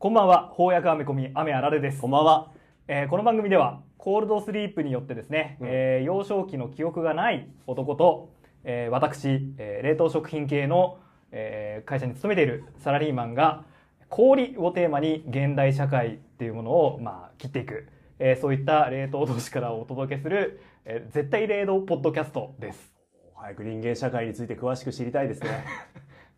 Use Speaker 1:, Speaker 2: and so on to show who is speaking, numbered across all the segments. Speaker 1: こんばんは、翻訳アメコミ、雨あられです。
Speaker 2: こんばんは。
Speaker 1: えーこの番組では、コールドスリープによってですね、
Speaker 2: うん
Speaker 1: えー幼少期の記憶がない男と、えー私、えー冷凍食品系の、えー会社に勤めているサラリーマンが、氷をテーマに現代社会っていうものを、まあ、切っていく、えーそういった冷凍同士からお届けする、えー絶対冷凍ポッドキャストです。
Speaker 2: 早く人間社会について詳しく知りたいですね。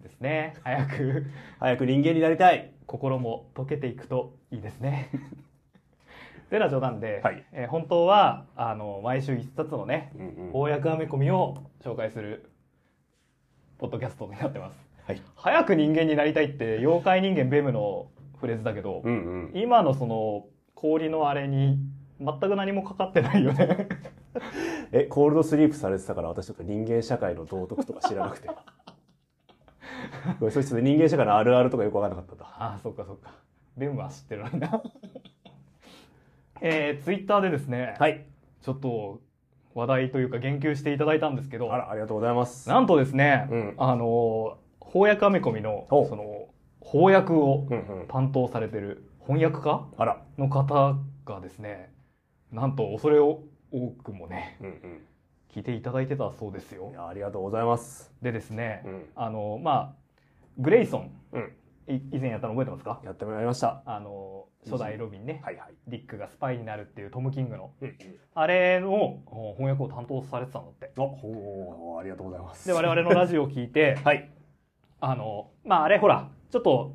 Speaker 1: ですね。早く
Speaker 2: 早く人間になりたい。
Speaker 1: 心も溶けていくといいですね。 てな冗談で、
Speaker 2: はい
Speaker 1: えー本当はあの毎週一冊のね翻訳アメコミを紹介するポッドキャストになってます。
Speaker 2: はい。
Speaker 1: 早く人間になりたいって妖怪人間ベムのフレーズだけど、
Speaker 2: うんうん。
Speaker 1: 今のその氷のあれに全く何もかかってないよね。
Speaker 2: え、コールドスリープされてたから私とか人間社会の道徳とか知らなくて。ごめんそして人間社会のあるあるとかよくわからなかったんだ。
Speaker 1: ああ、そっかそっか。ベムは知ってるのにな。 えー、ツイッターでですね、
Speaker 2: はい。
Speaker 1: ちょっと話題というか言及していただいたんですけど、
Speaker 2: あら、ありがとうございます。
Speaker 1: なんとですね、
Speaker 2: うん
Speaker 1: あの翻訳アメコミの
Speaker 2: お
Speaker 1: その翻訳を
Speaker 2: うんうん。
Speaker 1: 担当されてる翻訳家
Speaker 2: あら。
Speaker 1: の方がですねなんと恐れを多くもね
Speaker 2: うん
Speaker 1: 聞いていただいてたそうです
Speaker 2: うん。
Speaker 1: よ
Speaker 2: い。や、ありがとうございます。
Speaker 1: でですね、
Speaker 2: うん
Speaker 1: あのまあグレイソン
Speaker 2: うん。
Speaker 1: い以前やったの覚えてますか
Speaker 2: やってまいりました。
Speaker 1: あの初代ロビンね、
Speaker 2: はいはい。
Speaker 1: ディックがスパイになるっていうトム・キングの
Speaker 2: うん
Speaker 1: あれのお翻訳を担当されてたんだって。
Speaker 2: あ、ほう、ありがとうございます。
Speaker 1: で我々のラジオを聞いて
Speaker 2: はい。
Speaker 1: あの、まああれほら、ちょっと、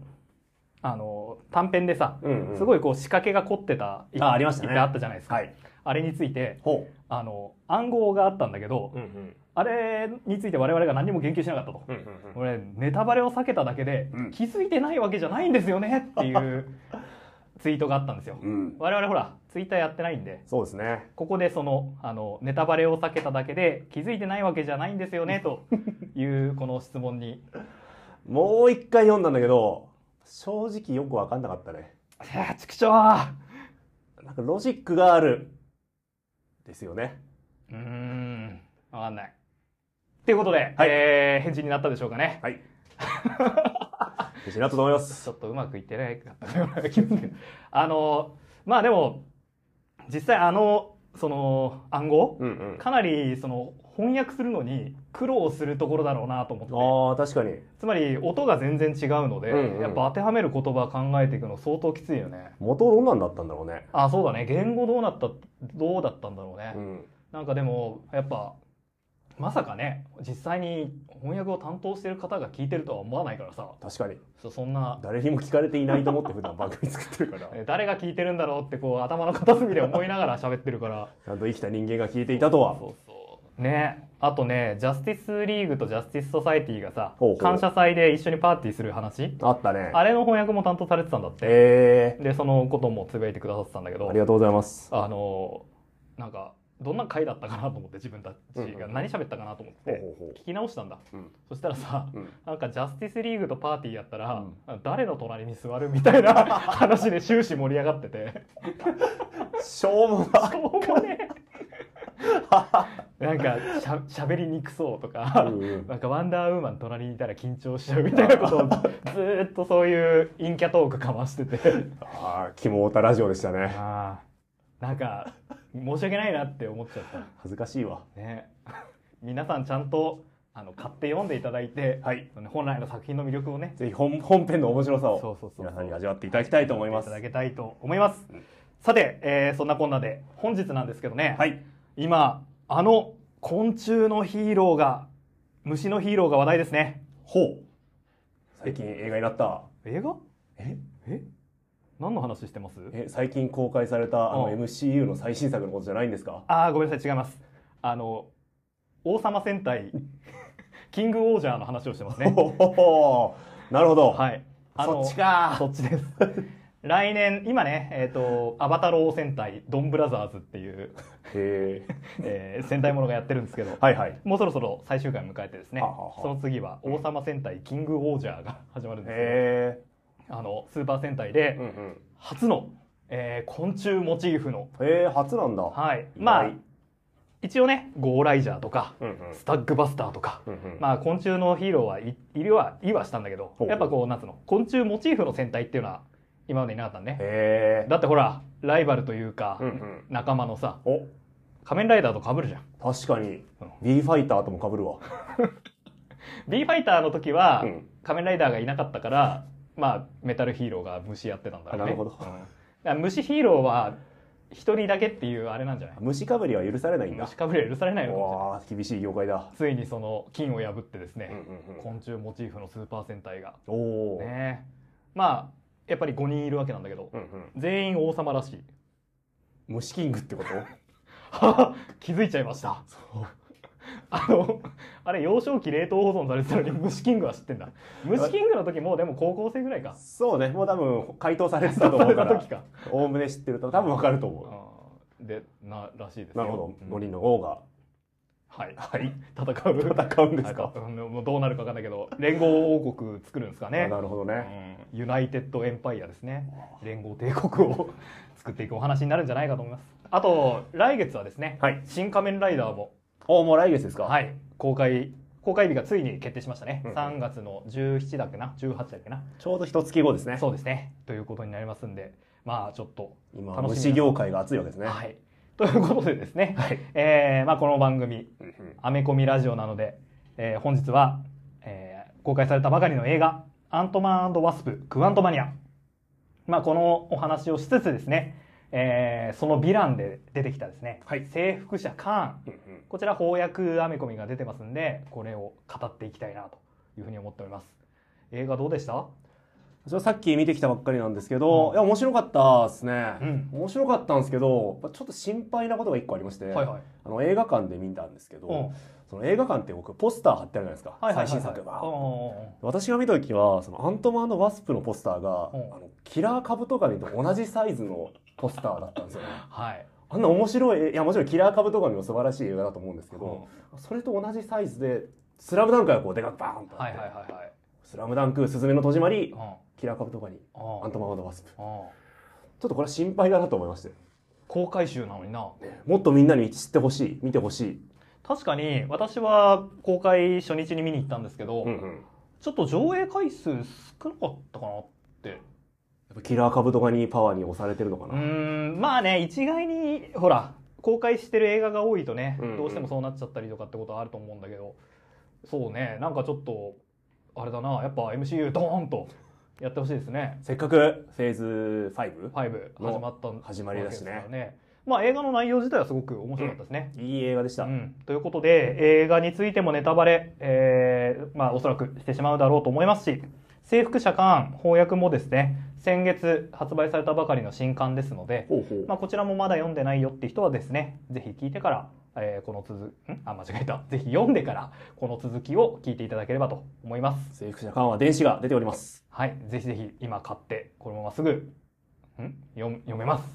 Speaker 1: あの、短編でさ、
Speaker 2: うん
Speaker 1: すご
Speaker 2: い。
Speaker 1: いこう仕掛けが凝ってた、
Speaker 2: あありましたね
Speaker 1: 一手あったじゃないですか。
Speaker 2: はい。
Speaker 1: あれについて、
Speaker 2: ほ
Speaker 1: あの、暗号があったんだけど、
Speaker 2: う。うんうん。
Speaker 1: あれについて我々が何も言及しなかったと。
Speaker 2: うんうんうん。
Speaker 1: 俺、ネタバレを避けただけで、
Speaker 2: うん
Speaker 1: 気づいてないわけじゃないんですよねっていうツイートがあったんですよ。
Speaker 2: うん。
Speaker 1: 我々ほら、ツイッターやってないんで、
Speaker 2: そうですね。
Speaker 1: ここでその、あの、ネタバレを避けただけで気づいてないわけじゃないんですよねというこの質問に
Speaker 2: もう一回読んだんだけど、正直よくわかんなかったね。
Speaker 1: ああ、ちくしょう
Speaker 2: なんかロジックがある。ですよね。
Speaker 1: うーん、わかんない。ということで、
Speaker 2: はい
Speaker 1: えー返事になったでしょうかね。
Speaker 2: はい。嬉しいなと思います
Speaker 1: ちょ。っとうまくいってないかったような気がするけど。あの、まあでも、実際あの、その暗号、
Speaker 2: うんうん。
Speaker 1: かなりその翻訳するのに苦労するところだろうなと思って。
Speaker 2: ああ、確かに。
Speaker 1: つまり音が全然違うので、
Speaker 2: うんうん
Speaker 1: やっぱ当てはめる言葉考えていくの相当きついよね。
Speaker 2: 元どんなんだったんだろうね。
Speaker 1: あ、そうだね。言語どうなった、どうだったんだろうね。
Speaker 2: うん。
Speaker 1: なんかでもやっぱまさかね実際に翻訳を担当してる方が聞いてるとは思わないからさ
Speaker 2: 確かに。
Speaker 1: そそんな
Speaker 2: 誰にも聞かれていないと思って普段番組作ってる から。
Speaker 1: え誰が聞いてるんだろうってこう頭の片隅で思いながら喋ってるから
Speaker 2: ちゃんと生きた人間が聞いていたとは。
Speaker 1: そうそうねあとねジャスティスリーグとジャスティスソサイティがさ
Speaker 2: ほうほう
Speaker 1: 感謝祭で一緒にパーティーする話
Speaker 2: あったね。
Speaker 1: あれの翻訳も担当されてたんだって
Speaker 2: え
Speaker 1: でそのこともつぶやいてくださってたんだけ
Speaker 2: ー。
Speaker 1: ど
Speaker 2: ありがとうございます。
Speaker 1: あのなんかどんな回だったかなと思って自分たち
Speaker 2: うんうん
Speaker 1: が
Speaker 2: うん
Speaker 1: 何喋ったかなと思っ
Speaker 2: ほう
Speaker 1: て
Speaker 2: ほう
Speaker 1: 聞き直したんだ
Speaker 2: ほう。うん。
Speaker 1: そしたらさ
Speaker 2: うん。
Speaker 1: なんかジャスティスリーグとパーティーやったら、
Speaker 2: う
Speaker 1: 誰の隣に座るみたいな 話で終始盛り上がってて
Speaker 2: しょうもな。
Speaker 1: しょうもねえ なんかしゃしゃべりにくそうとか、
Speaker 2: うんうん
Speaker 1: なんかワンダーウーマン隣にいたら緊張しちゃうみたいなこと をずーっとそういう陰キャトークかましてて
Speaker 2: ああ、肝オタラジオでしたね。
Speaker 1: あーなんか申し訳ないなって思っちゃっ
Speaker 2: 恥ずかしいわ。
Speaker 1: たね皆さんちゃんとあの買って読んでいただいて、
Speaker 2: はい。
Speaker 1: 本来の作品の魅力をね
Speaker 2: ぜひ本本編の面白さを
Speaker 1: そうそうそう
Speaker 2: 皆さんに味わっていただきたいと思いま
Speaker 1: い
Speaker 2: す。
Speaker 1: ただ
Speaker 2: は
Speaker 1: けたいと思います。さて、えーそんなこんなで本日なんですけどね、
Speaker 2: い。
Speaker 1: 今あの昆虫のヒーローが虫のヒーローが話題ですね。
Speaker 2: ほう。最近映画になった。
Speaker 1: 映画？
Speaker 2: え
Speaker 1: え？何の話してます？
Speaker 2: え最近公開されたあの
Speaker 1: うん
Speaker 2: MCU の最新作のことじゃないんですか
Speaker 1: ああごめんなさい違います。あの王様戦 隊キングオージャーの話をしてますね。
Speaker 2: ほほほなるほど。
Speaker 1: はい。あの
Speaker 2: そっちか
Speaker 1: そっちです。来年今ねえっ、とアバタロー戦隊ドンブラザーズっていう、
Speaker 2: へえ。
Speaker 1: えー戦隊ものがやってるんですけど。
Speaker 2: はいはい。
Speaker 1: もうそろそろ最終回迎えてですね
Speaker 2: はあはあはあ
Speaker 1: その次は「王様戦隊キングオージャー」が始まるんですけ
Speaker 2: へ
Speaker 1: どあのスーパー戦隊
Speaker 2: え。
Speaker 1: で
Speaker 2: うんうん。
Speaker 1: 初の、えー昆虫モチーフの
Speaker 2: へえ、初なんだ。
Speaker 1: はい
Speaker 2: 意外
Speaker 1: まあ一応ねゴーライジャーとか
Speaker 2: うんうん
Speaker 1: スタッグバスターとか、
Speaker 2: うんうん
Speaker 1: まあ、昆虫のヒーローはいいるはいはしたんだけど
Speaker 2: ほう
Speaker 1: やっぱこうなんつうの昆虫モチーフの戦隊っていうのは今までいなかったんね
Speaker 2: へえ
Speaker 1: だってほらライバルというか、
Speaker 2: うんうん
Speaker 1: 仲間のさ
Speaker 2: お
Speaker 1: 仮面ライダーとかぶるじゃん
Speaker 2: 確かに
Speaker 1: うん
Speaker 2: B ファイターとも被るわ
Speaker 1: B ファイターの時は、
Speaker 2: うん
Speaker 1: 仮面ライダーがいなかったからまあメタルヒーローが虫やってたんだろうね
Speaker 2: あなるほど
Speaker 1: うんだから虫ヒーローは一人だけっていうあれなんじゃない
Speaker 2: 虫かぶりは許されないんだ
Speaker 1: 虫かぶりは許されないのかもしれない
Speaker 2: わあ厳しい業界だ
Speaker 1: ついにその金を破ってですね、
Speaker 2: こん
Speaker 1: 昆虫モチーフのスーパー戦隊が
Speaker 2: おお
Speaker 1: ねまあやっぱり5人いるわけなんだけど、全員王様らし い
Speaker 2: 虫キング ってこと
Speaker 1: はは気づいちゃいました
Speaker 2: そう
Speaker 1: あのあれ幼少期冷凍保存されてたのに虫キングは知ってんだ虫キングの時もうでも高校生ぐらいか
Speaker 2: そうねもう多分回答されてたと思うか
Speaker 1: その
Speaker 2: ら
Speaker 1: 時か
Speaker 2: おおむね知ってると多分わかると思
Speaker 1: うんでならしいです
Speaker 2: う
Speaker 1: よ
Speaker 2: なるほ
Speaker 1: うん
Speaker 2: ど5人の王が
Speaker 1: はい、戦う
Speaker 2: 戦うんですか
Speaker 1: はいうんもうどうなるかわかんないけど連合王国作るんですか
Speaker 2: あ
Speaker 1: ね
Speaker 2: なるほどね
Speaker 1: うんユナイテッドエンパイアですね連合帝国を 作っていくお話になるんじゃないかと思いますあと来月はですね
Speaker 2: はい
Speaker 1: 「新仮面ライダーも
Speaker 2: おもう来月です」か
Speaker 1: はい、公開公開日がついに決定しましたね、
Speaker 2: うんうん
Speaker 1: 3月の17だっけな18だっけな
Speaker 2: ちょうど一月後ですね
Speaker 1: そうですねということになりますんでまあちょっと
Speaker 2: 今
Speaker 1: 楽しみ
Speaker 2: 虫業界が熱いわけですね
Speaker 1: はいということでですね、えーまあ、この番組
Speaker 2: うんうん
Speaker 1: アメコミラジオなので、えー本日は、えー公開されたばかりの映画「アントマンワスプクワントマニア」まあ、このお話をしつつですね、えーそのヴィランで出てきたですね、
Speaker 2: はい
Speaker 1: 征服者カーン
Speaker 2: うんうん
Speaker 1: こちら翻訳アメコミが出てますんでこれを語っていきたいなというふうに思っております映画どうでした
Speaker 2: それさっき見てきたばっかりなんですけど、
Speaker 1: うん
Speaker 2: いや面白かったですね、
Speaker 1: うん
Speaker 2: 面白かったんですけどちょっと心配なことが一個ありまして、
Speaker 1: はいはい
Speaker 2: あの映画館で見たんですけど、
Speaker 1: うん
Speaker 2: その映画館って僕ポスター貼ってあるじゃないですか、
Speaker 1: はいはいはいはい
Speaker 2: 最新作が、
Speaker 1: うんうんうん
Speaker 2: 私が見た時はそのアントマンワスプのポスターが、
Speaker 1: うん
Speaker 2: あのキラーカブトガニと同じサイズのポスターだったんですよね
Speaker 1: はい
Speaker 2: あんな面白いいやもちろんキラーカブトガニも素晴らしい映画だと思うんですけ
Speaker 1: うん
Speaker 2: ど、それと同じサイズでスラムダンクがこうでかくバーンとあ
Speaker 1: は
Speaker 2: っ
Speaker 1: い
Speaker 2: て、
Speaker 1: はいはいはい
Speaker 2: スラムダンクスズメの戸締まり
Speaker 1: うんうん
Speaker 2: キラーカブトガニアントマンワスプ
Speaker 1: うん
Speaker 2: ちょっとこれは心配だなと思いまして、
Speaker 1: 公開集なのにな
Speaker 2: もっとみんなに知ってほしい、見てほしい。
Speaker 1: 確かに私は公開初日に見に行ったんですけど、
Speaker 2: うん
Speaker 1: ちょっと上映回数少なかったかなって
Speaker 2: やっぱキラーカブトガニパワーに押されてるのか
Speaker 1: う
Speaker 2: な。
Speaker 1: ーんまあね一概にほら公開してる映画が多いとね、
Speaker 2: うんうん
Speaker 1: どうしてもそうなっちゃったりとかってことはあると思うんだけどそうねなんかちょっとあれだなやっぱ MCU ドーンとやってほしいですね
Speaker 2: せっかくフェーズ 5?
Speaker 1: 5
Speaker 2: の
Speaker 1: 始まったん
Speaker 2: 始まりだしね
Speaker 1: わけですからまあ映画の内容自体はすごく面白かったですね、
Speaker 2: いい映画でした。
Speaker 1: うん、ということで映画についてもネタバレ、えーまあ、おそらくしてしまうだろうと思いますし「征服者カーン」翻訳もですね先月発売されたばかりの新刊ですので、
Speaker 2: ほうほう。
Speaker 1: まあ、こちらもまだ読んでないよって人はですねぜひ聞いてから、えーこの続きんあ間違えたぜひ読んでからこの続きを聞いていただければと思います。
Speaker 2: 制服者カンは電子が出ております。
Speaker 1: はい、ぜひぜひ今買ってこのまますぐん読む読め ます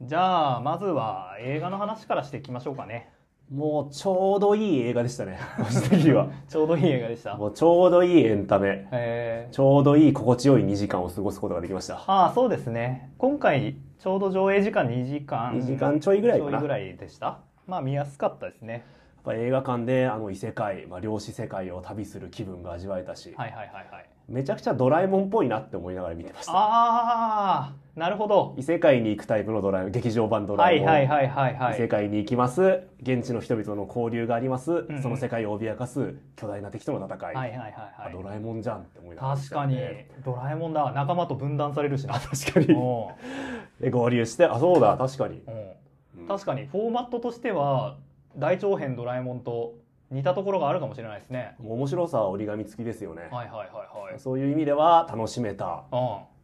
Speaker 1: じゃあまずは映画の話からしていきましょうかね
Speaker 2: もうちょうどいい映画でしたね。 私的には。
Speaker 1: ちょうどいい映画でした
Speaker 2: もうちょうどいいエンタメ。
Speaker 1: えー
Speaker 2: ちょうどいい心地よい2時間を過ごすことができました。
Speaker 1: ああそうですね今回ちょうど上映時間2時間
Speaker 2: 2時間ちょいぐらいかな
Speaker 1: ちょでしたまあ見やすかったですね
Speaker 2: やっぱ映画館であの異世界、まあ、量子世界を旅する気分が味わえたし、
Speaker 1: はいはいはいはい
Speaker 2: めちゃくちゃドラえもんっぽいなって思いながら見てました。
Speaker 1: ああなるほど
Speaker 2: 異世界に行くタイプのドラえもん、劇場版ドラ
Speaker 1: は
Speaker 2: え
Speaker 1: い
Speaker 2: もん。
Speaker 1: はいはいはいは
Speaker 2: 世
Speaker 1: い
Speaker 2: 界に行きます現地の人々の交流があります、
Speaker 1: うん
Speaker 2: その世界を脅かす巨大な敵との戦い、
Speaker 1: はいはいはい
Speaker 2: ド
Speaker 1: はい
Speaker 2: ラえもんじゃんって思いながら
Speaker 1: 確かにドラえもんだ仲間と分断されるしな
Speaker 2: 確か
Speaker 1: う
Speaker 2: に
Speaker 1: ん
Speaker 2: で合流してあそうだ確かに、
Speaker 1: うん確かにフォーマットとしては大長編ドラえもんと似たところがあるかもしれないですね
Speaker 2: 面白さは折り紙付きですよね、
Speaker 1: はいはいはいはい
Speaker 2: そういう意味では楽しめた
Speaker 1: う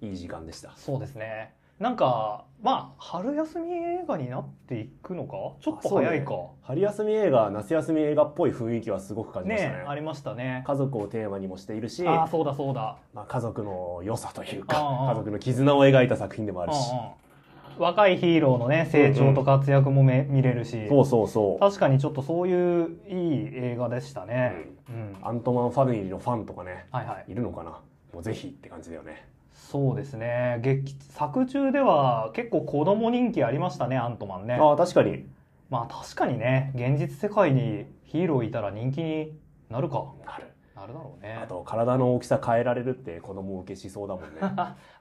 Speaker 1: ん
Speaker 2: いい時間でした
Speaker 1: そうですねなんかまあ春休み映画になっていくのかちょっと早いか
Speaker 2: 春休み映画夏休み映画っぽい雰囲気はすごく感じ
Speaker 1: ね
Speaker 2: ましたね
Speaker 1: ありましたね
Speaker 2: 家族をテーマにもしているし
Speaker 1: ああそうだそうだ
Speaker 2: まあ、家族の良さというか
Speaker 1: うんうん
Speaker 2: 家族の絆を描いた作品でもあ
Speaker 1: うん
Speaker 2: るし、
Speaker 1: うん若いヒーローのね成長と活躍もめ、見れるし
Speaker 2: そうそうそう
Speaker 1: 確かにちょっとそういういい映画でしたね、うん
Speaker 2: アントマンファミリーのファンとかね
Speaker 1: はいはい
Speaker 2: いるのかなもうぜひって感じだよね
Speaker 1: そうですね劇作中では結構子供人気ありましたねアントマンね
Speaker 2: ああ確かに
Speaker 1: まあ確かにね現実世界にヒーローいたら人気になるか
Speaker 2: なる
Speaker 1: なるだろうね
Speaker 2: あと体の大きさ変えられるって子供受けしそうだもんね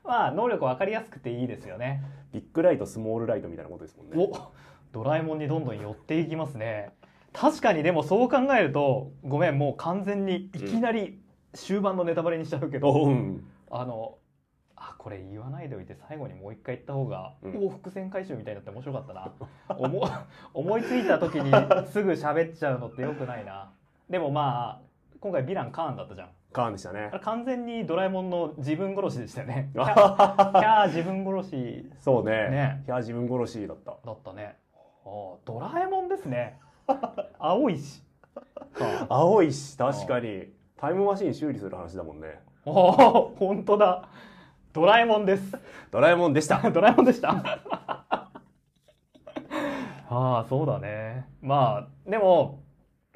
Speaker 1: まあ能力分かりやすくていいですよね
Speaker 2: ビッグライトスモールライトみたいなことですもんね
Speaker 1: おドラえもんにどんどん寄っていきますね確かにでもそう考えるとごめんもう完全にいきなり終盤のネタバレにしちゃうけど、
Speaker 2: おうん
Speaker 1: あのあこれ言わないでおいて最後にもう一回言った方が、
Speaker 2: うん
Speaker 1: おお伏線回収みたいになって面白かったな思 思いついた時にすぐ喋っちゃうのってよくないなでもまあ今回ヴィランカーンだったじゃん
Speaker 2: カーンで したね
Speaker 1: あれ完全にドラえもんの自分殺しでしたよねキャーキ
Speaker 2: あ
Speaker 1: ャー自分殺し
Speaker 2: そうね
Speaker 1: ね
Speaker 2: いや自分殺しだった
Speaker 1: だったねああドラえもんです ね青いしあ
Speaker 2: 青いし確かにタイムマシン修理する話だもんね
Speaker 1: あ本当だドラえもんです
Speaker 2: ドラえもんでした
Speaker 1: ドラえもんでした ああそうだねまあでも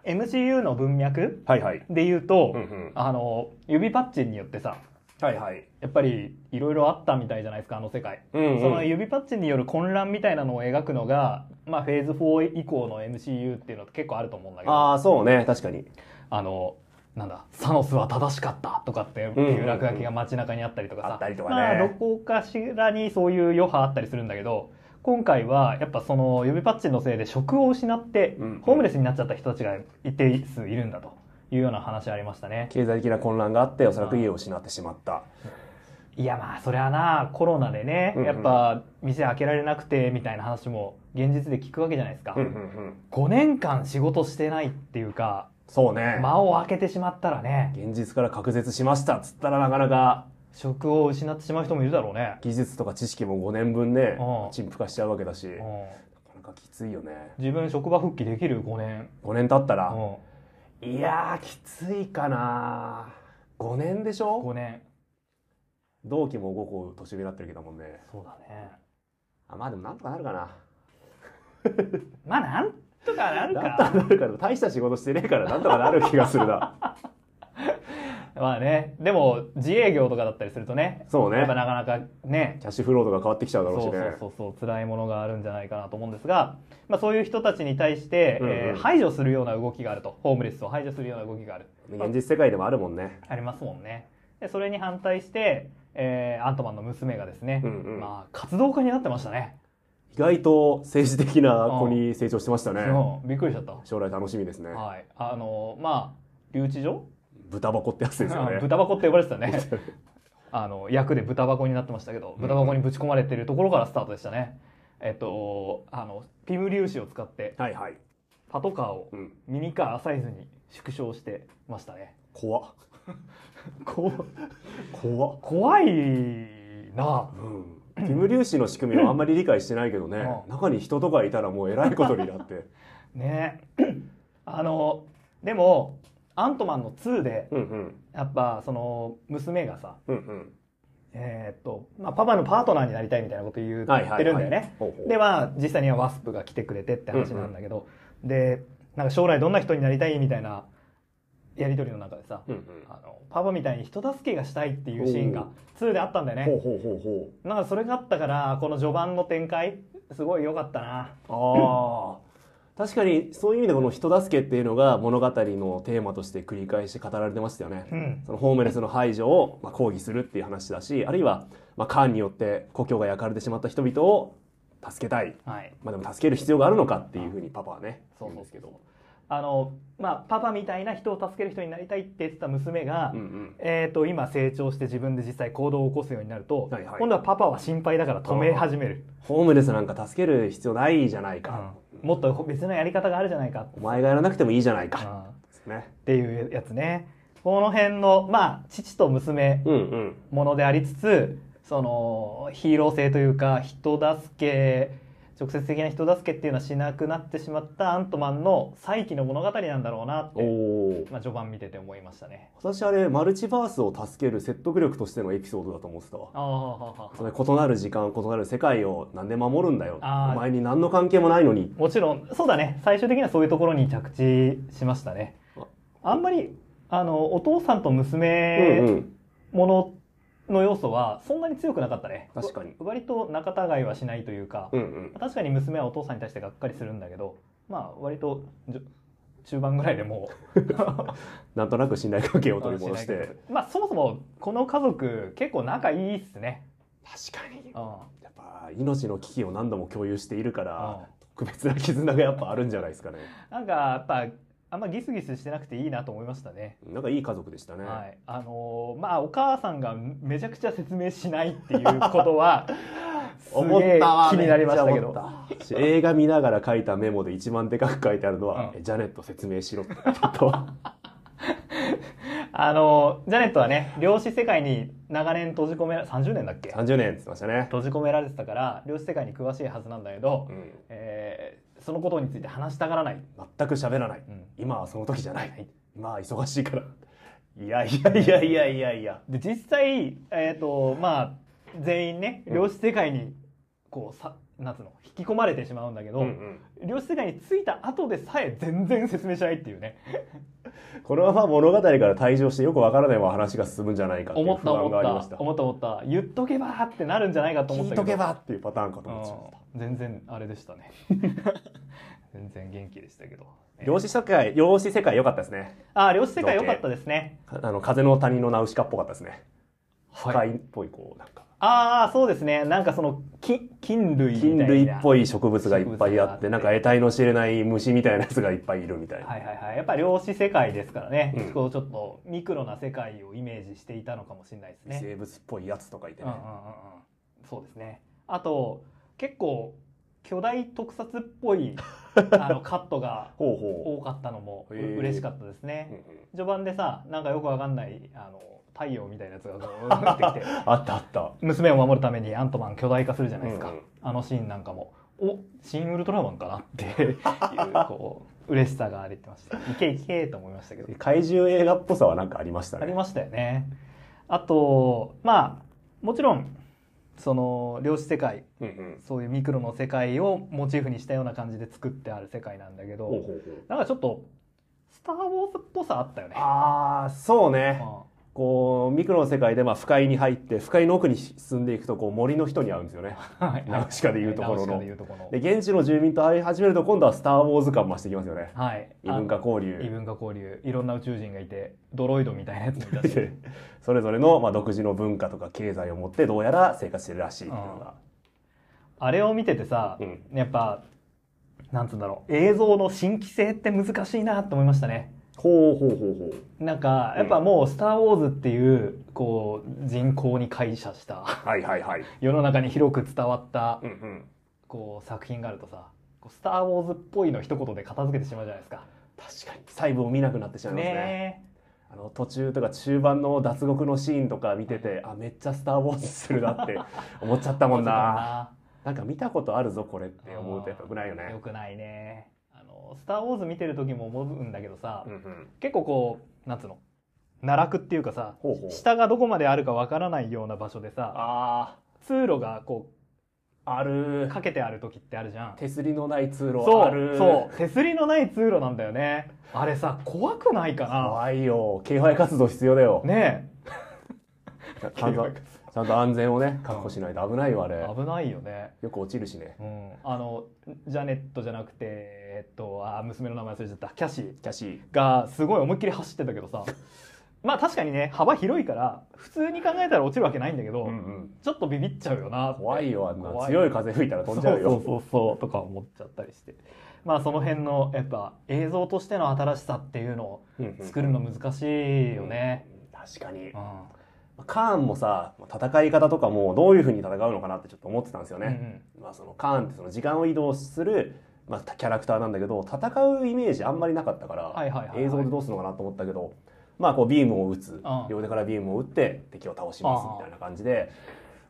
Speaker 1: MCU の文脈
Speaker 2: はいはい
Speaker 1: で言うと、
Speaker 2: うんうん
Speaker 1: あの指パッチンによってさ
Speaker 2: はいはい
Speaker 1: やっぱりいろいろあったみたいじゃないですかあの世界
Speaker 2: うんうん
Speaker 1: その指パッチンによる混乱みたいなのを描くのが、まあ、フェーズ4以降の MCU っていうのって結構あると思うんだけど
Speaker 2: ああそうね確かに
Speaker 1: あのなんだサノスは正しかったとかって
Speaker 2: んうんうん
Speaker 1: いう落書きが街中にあったりとかさ、
Speaker 2: あったりとかね
Speaker 1: まあどこかしらにそういう余波あったりするんだけど今回はやっぱその予備パッチンのせいで職を失って
Speaker 2: うんうん
Speaker 1: ホームレスになっちゃった人たちが一定数いるんだというような話ありましたね
Speaker 2: 経済的な混乱があっておそらく家を失ってしまった
Speaker 1: いやまあそりゃなコロナでね
Speaker 2: うんうん
Speaker 1: やっぱ店開けられなくてみたいな話も現実で聞くわけじゃないですか、
Speaker 2: うんうんうん
Speaker 1: 5年間仕事してないっていうか
Speaker 2: そうね
Speaker 1: 間を空けてしまったらね
Speaker 2: 現実から隔絶しましたっつったらなかなか
Speaker 1: 職を失ってしまう人もいるだろうね、
Speaker 2: 技術とか知識も5年分ね
Speaker 1: うん
Speaker 2: 陳腐化しちゃうわけだし
Speaker 1: う
Speaker 2: なんかなかきついよね
Speaker 1: 自分職場復帰できる5年、
Speaker 2: 5年経った
Speaker 1: う
Speaker 2: ら
Speaker 1: ん、
Speaker 2: いやーきついかな5年でしょ
Speaker 1: 5年
Speaker 2: 同期も5個年上になってるけどもんね
Speaker 1: そうだね
Speaker 2: あまあでもなんとかなるかな
Speaker 1: まあなんとかなる
Speaker 2: なん
Speaker 1: か
Speaker 2: とかなるから大した仕事してねえからなんとかなる気がする な
Speaker 1: まあねでも自営業とかだったりするとね
Speaker 2: そう
Speaker 1: やっぱ
Speaker 2: ね
Speaker 1: なかなかね
Speaker 2: キャッシュフローとか変わってきちゃうだろうし
Speaker 1: そう
Speaker 2: ね
Speaker 1: そうそうそう辛いものがあるんじゃないかなと思うんですが、まあ、そういう人たちに対して、
Speaker 2: うんうん
Speaker 1: えー排除するような動きがあるとホームレスを排除するような動きがある
Speaker 2: 現実世界でもあるもんね
Speaker 1: ありますもんねでそれに反対して、えーアントマンの娘がですね、
Speaker 2: うんうん
Speaker 1: まあ、活動家になってましたね
Speaker 2: 意外と政治的な子に成長してましたね
Speaker 1: うんびっくりしちゃった
Speaker 2: 将来楽しみですね
Speaker 1: はい、あのまあ留置所、
Speaker 2: 豚箱ってやつですよね
Speaker 1: あ 豚箱って呼ばれてたねあの役で豚箱になってましたけど豚箱にぶち込まれてるところからスタートでしたね、えっとあのピム粒子を使って
Speaker 2: はいはい、
Speaker 1: パトカーを
Speaker 2: うん、
Speaker 1: ミニカーサイズに縮小してましたね
Speaker 2: 怖っ
Speaker 1: こ
Speaker 2: 怖っ
Speaker 1: 怖いな
Speaker 2: うんティム粒子の仕組みはあんまり理解してないけどね、
Speaker 1: うん
Speaker 2: 中に人とかいたらもうえらいことになって、
Speaker 1: ねあのでもアントマンの2で
Speaker 2: うんうん、
Speaker 1: やっぱその娘がさ
Speaker 2: うんうん、
Speaker 1: えーっと、まあ、パパのパートナーになりたいみたいなこと言ってるんだよね、
Speaker 2: ほうほう
Speaker 1: でまあ実際にはワスプが来てくれてって話なんだけど、でなんか将来どんな人になりたいみたいなやり取りの中でさ、
Speaker 2: うんうん
Speaker 1: あのパパみたいに人助けがしたいっていうシーンが2であったんだよ
Speaker 2: ほ
Speaker 1: ね
Speaker 2: うほうほうほう
Speaker 1: なんかそれがあったからこの序盤の展開すごい良かったな
Speaker 2: ああ確かにそういう意味でこの人助けっていうのが物語のテーマとして繰り返し語られてましたよね。
Speaker 1: うん
Speaker 2: そのホームレスの排除をまあ抗議するっていう話だしあるいはまあカーンによって故郷が焼かれてしまった人々を助けたい、
Speaker 1: はい
Speaker 2: まあ、でも助ける必要があるのかっていうふうにパパはね
Speaker 1: そうそう
Speaker 2: です
Speaker 1: そ
Speaker 2: け
Speaker 1: う
Speaker 2: ど。
Speaker 1: あのまあパパみたいな人を助ける人になりたいって言ってた娘が、
Speaker 2: うん
Speaker 1: えー、と今成長して自分で実際行動を起こすようになると、
Speaker 2: はいはい
Speaker 1: 今度はパパは心配だから止め始める、
Speaker 2: ホームレスなんか助ける必要ないじゃないか、
Speaker 1: うんもっと別のやり方があるじゃないか、
Speaker 2: お前がやらなくてもいいじゃないうか、
Speaker 1: んっ
Speaker 2: ですね。
Speaker 1: ていうやつねこの辺のまあ父と娘
Speaker 2: うんうん
Speaker 1: ものでありつつそのヒーロー性というか人助け直接的な人助けっていうのはしなくなってしまったアントマンの再起の物語なんだろうなっ
Speaker 2: お
Speaker 1: て、
Speaker 2: お
Speaker 1: まあ、序盤見てて思いましたね。
Speaker 2: 私あれマルチバースを助ける説得力としてのエピソードだと思ってたわ。
Speaker 1: ああ
Speaker 2: それ異なる時間異なる世界をなんで守るんだよ
Speaker 1: あー
Speaker 2: お前に何の関係もないのに
Speaker 1: もちろんそうだね最終的にはそういうところに着地しましたねあんまりあのお父さんと
Speaker 2: うんう
Speaker 1: 娘
Speaker 2: ん
Speaker 1: ものの要素はそんなに強くなかったね
Speaker 2: 確かに
Speaker 1: わ割と仲違いはしないというか、
Speaker 2: うんうん
Speaker 1: 確かに娘はお父さんに対してがっかりするんだけどまあ割とじょ中盤ぐらいでもう
Speaker 2: なんとなく信頼関係を取り戻し
Speaker 1: 信頼
Speaker 2: て
Speaker 1: 関係 まあそもそもこの家族結構仲いいっすね、
Speaker 2: 確かに
Speaker 1: うん、
Speaker 2: やっぱ命の危機を何度も共有しているから
Speaker 1: うん
Speaker 2: 特別な絆がやっぱあるんじゃないですかね
Speaker 1: なんかやっぱあんまギスギスしてなくていいなと思いましたね
Speaker 2: なんかいい家族でしたね、
Speaker 1: はい、あのーまあお母さんがめちゃくちゃ説明しないっていうことはす
Speaker 2: 思っ
Speaker 1: げえ
Speaker 2: たわ
Speaker 1: 気になりましたけ
Speaker 2: めっちゃ
Speaker 1: ど
Speaker 2: 思った映画見ながら書いたメモで一番でかく書いてあるのは
Speaker 1: う
Speaker 2: 「
Speaker 1: ん
Speaker 2: えジャネット説明しろ」って書いてあったわ
Speaker 1: あのージャネットはね量子世界に長年閉じ込めら30年だっけ
Speaker 2: 30年っつってましたね、
Speaker 1: 閉じ込められてたから量子世界に詳しいはずなんだけど、
Speaker 2: うん
Speaker 1: えーそのことについて話したがらない、
Speaker 2: 全く喋らない、
Speaker 1: うん
Speaker 2: 今はその時じゃない、
Speaker 1: はい
Speaker 2: 今は忙しいからいやいやいやいやいやいや
Speaker 1: で実際、えーとまあ、全員ね
Speaker 2: うん
Speaker 1: 量子世界にこうさなんつうの引き込まれてしまうんだけど、
Speaker 2: うん
Speaker 1: 量子世界に着いた後でさえ全然説明しないっていうね
Speaker 2: うんこのまま物語から退場してよくわからないまま話が進むんじゃないかってい
Speaker 1: 思
Speaker 2: う
Speaker 1: った
Speaker 2: 不安
Speaker 1: 思
Speaker 2: が
Speaker 1: っ
Speaker 2: ありました
Speaker 1: た思った思った言っとけばってなるんじゃないかと思っ
Speaker 2: 聞
Speaker 1: た
Speaker 2: い
Speaker 1: けど
Speaker 2: とけばっていうパターンかと思っちゃった
Speaker 1: うん全然あれでした ね全然元気でしたけど、ね、
Speaker 2: 量子世界量子世界良かったですね
Speaker 1: あ量子世界良かったですね
Speaker 2: かあの風の谷のナウシカっぽかったですね
Speaker 1: はい
Speaker 2: 深いっぽいこうなんか
Speaker 1: ああそうですねなんかそのき菌類みたい
Speaker 2: 菌
Speaker 1: な
Speaker 2: 類っぽ
Speaker 1: い
Speaker 2: い植物がいっぱいあ
Speaker 1: 植物
Speaker 2: って
Speaker 1: があって
Speaker 2: なんか得体の知れない虫みたいなやつがいっぱいいるみたいな、
Speaker 1: はいはいはいやっぱ量子世界ですからね、
Speaker 2: うん
Speaker 1: こうちょっとミクロな世界をイメージしていたのかもしれないです
Speaker 2: 微
Speaker 1: ね
Speaker 2: 生物っぽいやつとかいて
Speaker 1: うん
Speaker 2: ね
Speaker 1: うんうんうんそうですねあと結構巨大特撮っぽいあのカットが
Speaker 2: ほうほ
Speaker 1: 多かったのもう
Speaker 2: へー
Speaker 1: 嬉しかったですね
Speaker 2: う、うんうん
Speaker 1: 序盤でさなんかよくわかんないあの太陽みたいなやつがこう降ってきて
Speaker 2: あったあった
Speaker 1: 娘を守るためにアントマン巨大化するじゃないですか、
Speaker 2: うんうん
Speaker 1: あのシーンなんかもお新ウルトラマンかなっていう こう嬉しさが出てましたいけいけと思いましたけど
Speaker 2: 怪獣映画っぽさはなんかありました
Speaker 1: あり
Speaker 2: ね
Speaker 1: ましたよねあとまあもちろんその量子世界
Speaker 2: うんうん
Speaker 1: そういうミクロの世界をモチーフにしたような感じで作ってある世界なんだけど、
Speaker 2: ほうほうほう
Speaker 1: なんかちょっと「スター・ウォーズ」っぽさあったよね。
Speaker 2: ああそうね
Speaker 1: うん
Speaker 2: こうミクロの世界でまあ不快に入って不快の奥に進んでいくとこう森の人に会うんですよね
Speaker 1: はい
Speaker 2: ナウシカでいうところの
Speaker 1: ナウシカでいうところ
Speaker 2: で
Speaker 1: の
Speaker 2: 現地の住民と会い始めると今度は「スター・ウォーズ」感増してきますよね
Speaker 1: はい
Speaker 2: 異文化交流
Speaker 1: あ異文化交流いろんな宇宙人がいてドロイドみたいなやつもいた し、
Speaker 2: でそれぞれのまあ独自の文化とか経済を持ってどうやら生活してるらしいっていうのが
Speaker 1: あれを見ててさ、
Speaker 2: うん
Speaker 1: やっぱなんつうんだろう映像の新規性って難しいなと思いましたね
Speaker 2: ほうほうほうほう
Speaker 1: なんかやっぱもう「スター・ウォーズ」っていうこう人口に解釈した
Speaker 2: はいはいはい
Speaker 1: 世の中に広く伝わった
Speaker 2: うんうん
Speaker 1: こう作品があるとさ「こうスター・ウォーズ」っぽいの一言で片付けてしまうじゃないですか。
Speaker 2: 確かに細部を見なくなってしまいますね
Speaker 1: ね
Speaker 2: あの途中とか中盤の脱獄のシーンとか見ててあめっちゃ「スター・ウォーズ」するなって思っちゃった
Speaker 1: え
Speaker 2: もんななんか見たことあるぞこれって思うとやっぱよくないよ
Speaker 1: よ
Speaker 2: ね
Speaker 1: くないね。あの「スター・ウォーズ」見てる時も思うんだけどさ、
Speaker 2: うんうん
Speaker 1: 結構こうなんつうの奈落っていうかさ
Speaker 2: ほうほう
Speaker 1: 下がどこまであるかわからないような場所でさ
Speaker 2: あ
Speaker 1: 通路がこ
Speaker 2: ーあ
Speaker 1: う
Speaker 2: る
Speaker 1: かけてある時ってあるじゃん。
Speaker 2: 手すりのない通路
Speaker 1: そ
Speaker 2: ある
Speaker 1: うそう手すりのない通路なんだよね。あれさ怖くないか
Speaker 2: 怖いよ警戒活動必要だよ、
Speaker 1: な。ね警戒
Speaker 2: ちゃんとちゃんと安全をね確保しないと危ないよあれ
Speaker 1: え危ないよね。
Speaker 2: よく落ちるしね
Speaker 1: うん、あのジャネットじゃなくて、えっと、あ娘の名前忘れちゃったキャシー
Speaker 2: キャシー
Speaker 1: がすごい思いっきり走ってたけどさまあ確かにね幅広いから普通に考えたら落ちるわけないんだけど、
Speaker 2: うんうん
Speaker 1: ちょっとビビっちゃうよなって
Speaker 2: 怖いよあんな
Speaker 1: 怖い
Speaker 2: 強い風吹いたら飛んじゃうよ
Speaker 1: そうそうそうそうとか思っちゃったりしてまあその辺のやっぱ映像としての新しさっていうのを
Speaker 2: うんうん
Speaker 1: 作るの難しいよね。
Speaker 2: 確かに
Speaker 1: うん
Speaker 2: カーンもさ戦い方とかもどういうふうに戦うのかなってちょっと思ってたんですよ
Speaker 1: うんう
Speaker 2: ね、
Speaker 1: ん
Speaker 2: まあ、そのカーンってその時間を移動する、まあ、キャラクターなんだけど戦うイメージあんまりなかったから、
Speaker 1: はいはいはいはい
Speaker 2: 映像でどうするのかなと思ったけど、まあ、こうビームを打つ、
Speaker 1: ん
Speaker 2: 両手からビームを打って敵を倒します
Speaker 1: ああ
Speaker 2: みたいな感じで、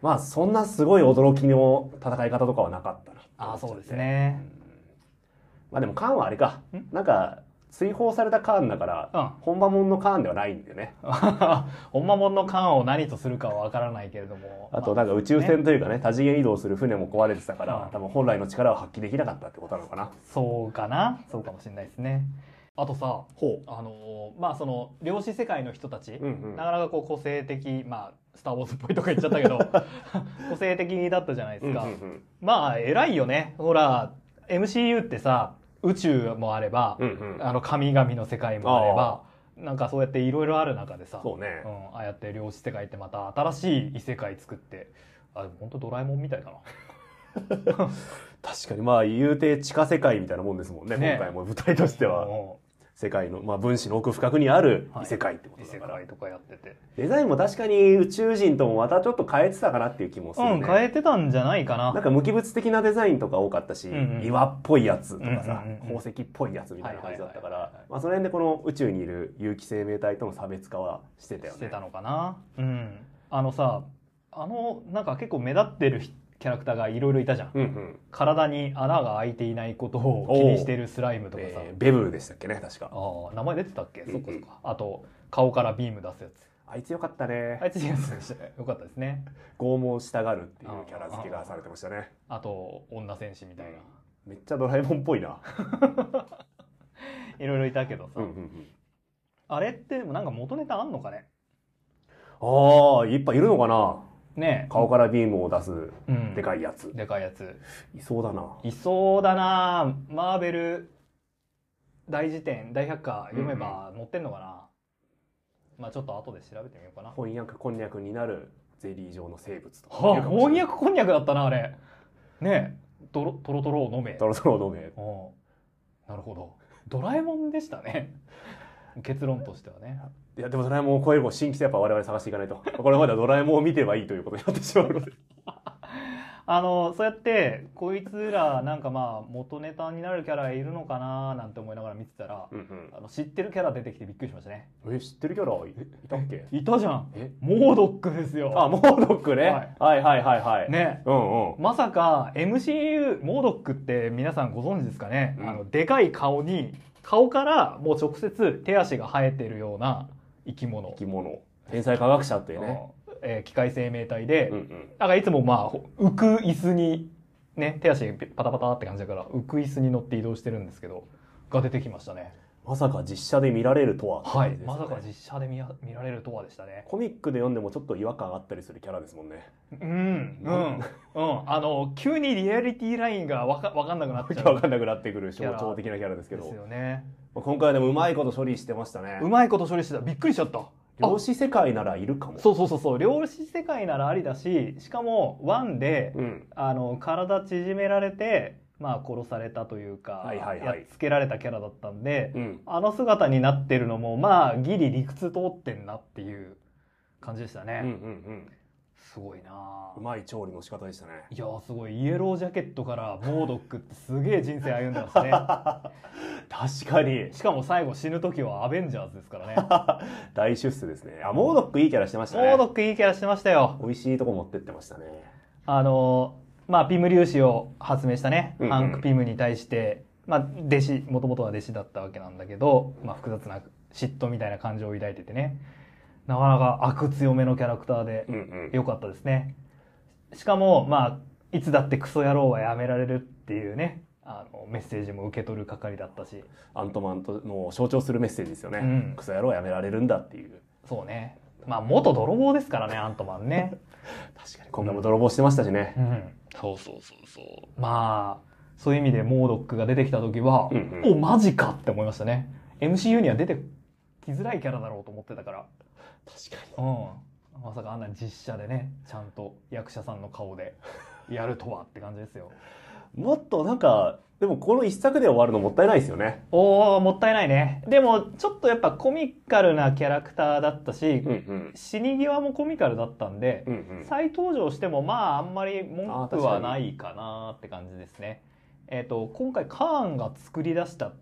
Speaker 2: まあ、そんなすごい驚きの戦い方とかはなかったなって
Speaker 1: あ
Speaker 2: 思
Speaker 1: あ
Speaker 2: っちゃって
Speaker 1: そうです、ね。
Speaker 2: まあ、でもカーンはあれか
Speaker 1: ん
Speaker 2: なんか追放されたカーンだから、
Speaker 1: うん
Speaker 2: 本場もんのカーンではないんだよね
Speaker 1: ほんまもんの缶を何とするかはわからないけれども
Speaker 2: あと
Speaker 1: ま
Speaker 2: なんか宇宙船というかね多次元移動する船も壊れてたか
Speaker 1: う
Speaker 2: ら
Speaker 1: ん
Speaker 2: 多分本来の力を発揮できなかったってことなのかな
Speaker 1: そうかなそうかもしれないですねあとさ
Speaker 2: ほ
Speaker 1: あのーまあその量子世界の人たち、
Speaker 2: うんうん
Speaker 1: なかなかこう個性的まあ「スター・ウォーズ」っぽいとか言っちゃったけ ど個性的だったじゃないで
Speaker 2: う。う
Speaker 1: す
Speaker 2: んう
Speaker 1: か、
Speaker 2: んうん
Speaker 1: まあ偉いよねほら MCU ってさ宇宙もあれば、
Speaker 2: うんうん
Speaker 1: あの神々の世界もあればなんかそうやっていろいろある中でさ
Speaker 2: そうね
Speaker 1: う。ん、ああやって量子世界ってまた新しい異世界作ってあでも本当ドラえもんみたいだな
Speaker 2: 確かにまあ言うて地下世界みたいなもんですもんね。
Speaker 1: ね
Speaker 2: 今回も舞台としては
Speaker 1: うん
Speaker 2: 世界のまあ分子の奥深くにある
Speaker 1: はい
Speaker 2: 異世界ってこと
Speaker 1: 異
Speaker 2: だ
Speaker 1: 世
Speaker 2: から。
Speaker 1: 界とかやってて、
Speaker 2: デザインも確かに宇宙人ともまたちょっと変えてたかなっていう気もす
Speaker 1: う
Speaker 2: るね。
Speaker 1: ん変えてたんじゃないかな
Speaker 2: なんか無機物的なデザインとか多かったし、
Speaker 1: うんうん
Speaker 2: 岩っぽいやつとかさ、
Speaker 1: うんうんうんうん
Speaker 2: 宝石っぽいやつみたいな感じだったか
Speaker 1: はいはいはいはい
Speaker 2: ら
Speaker 1: はい、
Speaker 2: まあその辺でこの宇宙にいる有機生命体との差別化はしてたよ
Speaker 1: し
Speaker 2: ね。
Speaker 1: てたのかなうんあのさあのなんか結構目立ってるひキャラクターがいろいろいたじゃん、
Speaker 2: うんうん。
Speaker 1: 体に穴が開いていないことを気にしてるスライムとかさ、
Speaker 2: えーベブでしたっけね、確か。
Speaker 1: ああ名前出てたっけ、
Speaker 2: んうん
Speaker 1: そっかそっかあと顔からビーム出すやつ
Speaker 2: あいつよかったね。
Speaker 1: あいついいやつでしたねよかったですね
Speaker 2: 拷問したがるっていうキャラ付けがされてましたね。
Speaker 1: あと女戦士みたいな
Speaker 2: めっちゃドラえもんっぽいな。
Speaker 1: いろいろいたけどさ、
Speaker 2: うんうんうん
Speaker 1: あれってでもなんか元ネタあんのかね
Speaker 2: ああ、いっぱいいるのかな
Speaker 1: ねえ
Speaker 2: 顔からビームを出す
Speaker 1: うん、
Speaker 2: で
Speaker 1: い
Speaker 2: かいやつ。
Speaker 1: でかいやつ
Speaker 2: いそうだな。
Speaker 1: いそうだなあマーベル大辞典大百科読めば載ってんのかな、まあちょっと後で調べてみようかな
Speaker 2: 翻訳こんにゃくになるゼリー状の生物とか。
Speaker 1: はあ翻訳こんにゃくだったなあれねえとろとろとろを飲め
Speaker 2: トロトロのめ。
Speaker 1: おうなるほどドラえもんでしたね結論としてはね
Speaker 2: いや、でもドラえもんを超えるも新規性やっぱ我々探していかないと。これまではドラえもんを見てればいいということになってしまうので。
Speaker 1: あのそうやってこいつらなんかまあ元ネタになるキャラいるのかななんて思いながら見てたら、
Speaker 2: うん
Speaker 1: あの知ってるキャラ出てきてびっくりしましたね
Speaker 2: うん。え、知ってるキャラいいたっけ
Speaker 1: いたじゃん
Speaker 2: え
Speaker 1: モードックですよ
Speaker 2: あ、モードックね。
Speaker 1: はい
Speaker 2: はいはいはいはい。。
Speaker 1: ね
Speaker 2: うんうん。
Speaker 1: まさか MCU モードックって皆さんご存知ですかね、
Speaker 2: うん
Speaker 1: あのでかい顔に顔からもう直接手足が生えてるような生き物
Speaker 2: 生き物。天才科学者っていうね。
Speaker 1: えー機械生命体で、
Speaker 2: うんうん。
Speaker 1: だからいつもまあほ浮く椅子にね手足がパタパタって感じだから浮く椅子に乗って移動してるんですけどが出てきましたね
Speaker 2: まさか実写で見られるとは、
Speaker 1: はい、まさか実写で見や見られるとはでしたね
Speaker 2: コミックで読んでもちょっと違和感あったりするキャラですもんね。
Speaker 1: うんうんうんあの急にリアリティラインがわかわかんなくなっ
Speaker 2: わ
Speaker 1: ち
Speaker 2: け
Speaker 1: ゃ
Speaker 2: わ
Speaker 1: う
Speaker 2: かんなくなってくる
Speaker 1: キ
Speaker 2: 象
Speaker 1: ャラ
Speaker 2: 徴的なキャラですけ
Speaker 1: で
Speaker 2: ど。
Speaker 1: すよね
Speaker 2: まあ今回はでもうまいこと処理してましたね
Speaker 1: う。まいこと処理してたびっくりしちゃったあ
Speaker 2: 量子世界ならいるかも。
Speaker 1: そうそうそうそう量子世界ならありだししかもワンで、
Speaker 2: うん。
Speaker 1: あの体縮められてまあ殺されたというか、
Speaker 2: はいはいはい
Speaker 1: やっつけられたキャラだったんで、
Speaker 2: うん。
Speaker 1: あの姿になってるのもまあギリ理屈通ってんなっていう感じでしたね
Speaker 2: う、んうんうん。
Speaker 1: すごいな
Speaker 2: うまい調理の仕方でしたね。
Speaker 1: いやーすごいイエロージャケットからモードックってすげえ人生歩んでますね
Speaker 2: 確かに。
Speaker 1: しかも最後死ぬ時はアベンジャーズですからね
Speaker 2: 大出世ですね。あ、モードックいいキャラしてました
Speaker 1: モード
Speaker 2: ね。
Speaker 1: ックいいキャラしてましたよ
Speaker 2: 美味しいとこ持ってってましたね。
Speaker 1: あのーまあピム粒子を発明したね、
Speaker 2: うんうん
Speaker 1: ハンク・ピムに対してまあ弟子もともとは弟子だったわけなんだけど、まあ、複雑な嫉妬みたいな感情を抱いててねなかなか悪強めのキャラクターで
Speaker 2: うんうん。
Speaker 1: 良かったですね。しかも、まあ、いつだってクソ野郎はやめられるっていうね、あの、メッセージも受け取る係だったし、
Speaker 2: アントマンとの象徴するメッセージですよね。
Speaker 1: うん
Speaker 2: クソ野郎やめられるんだっていう。
Speaker 1: そうね。まあ、元泥棒ですからね、アントマンね。
Speaker 2: 確かに。今回も泥棒してましたしね。
Speaker 1: うん。そうそうそうそう。まあ、そういう意味でモードックが出てきた時は、
Speaker 2: うんう
Speaker 1: お、マジかって思いましたね。MCU には出てきづらいキャラだろうと思ってたから。
Speaker 2: 確かに。
Speaker 1: うん。まさかあんな実写でね、ちゃんと役者さんの顔 でやるとはって感じですよ。
Speaker 2: もっとなんか、でもこの一作で終わるのもったいないですよね。
Speaker 1: おーもったいないねでもちょっとやっぱコミカルなキャラクターだったし、
Speaker 2: んうん。
Speaker 1: 死に際もコミカルだったんで、
Speaker 2: うんうん。
Speaker 1: 再登場してもまああんまり文句
Speaker 2: あ
Speaker 1: は
Speaker 2: ー確か
Speaker 1: な
Speaker 2: に
Speaker 1: いかなって感じですねえっ、と今回カーンが作り出した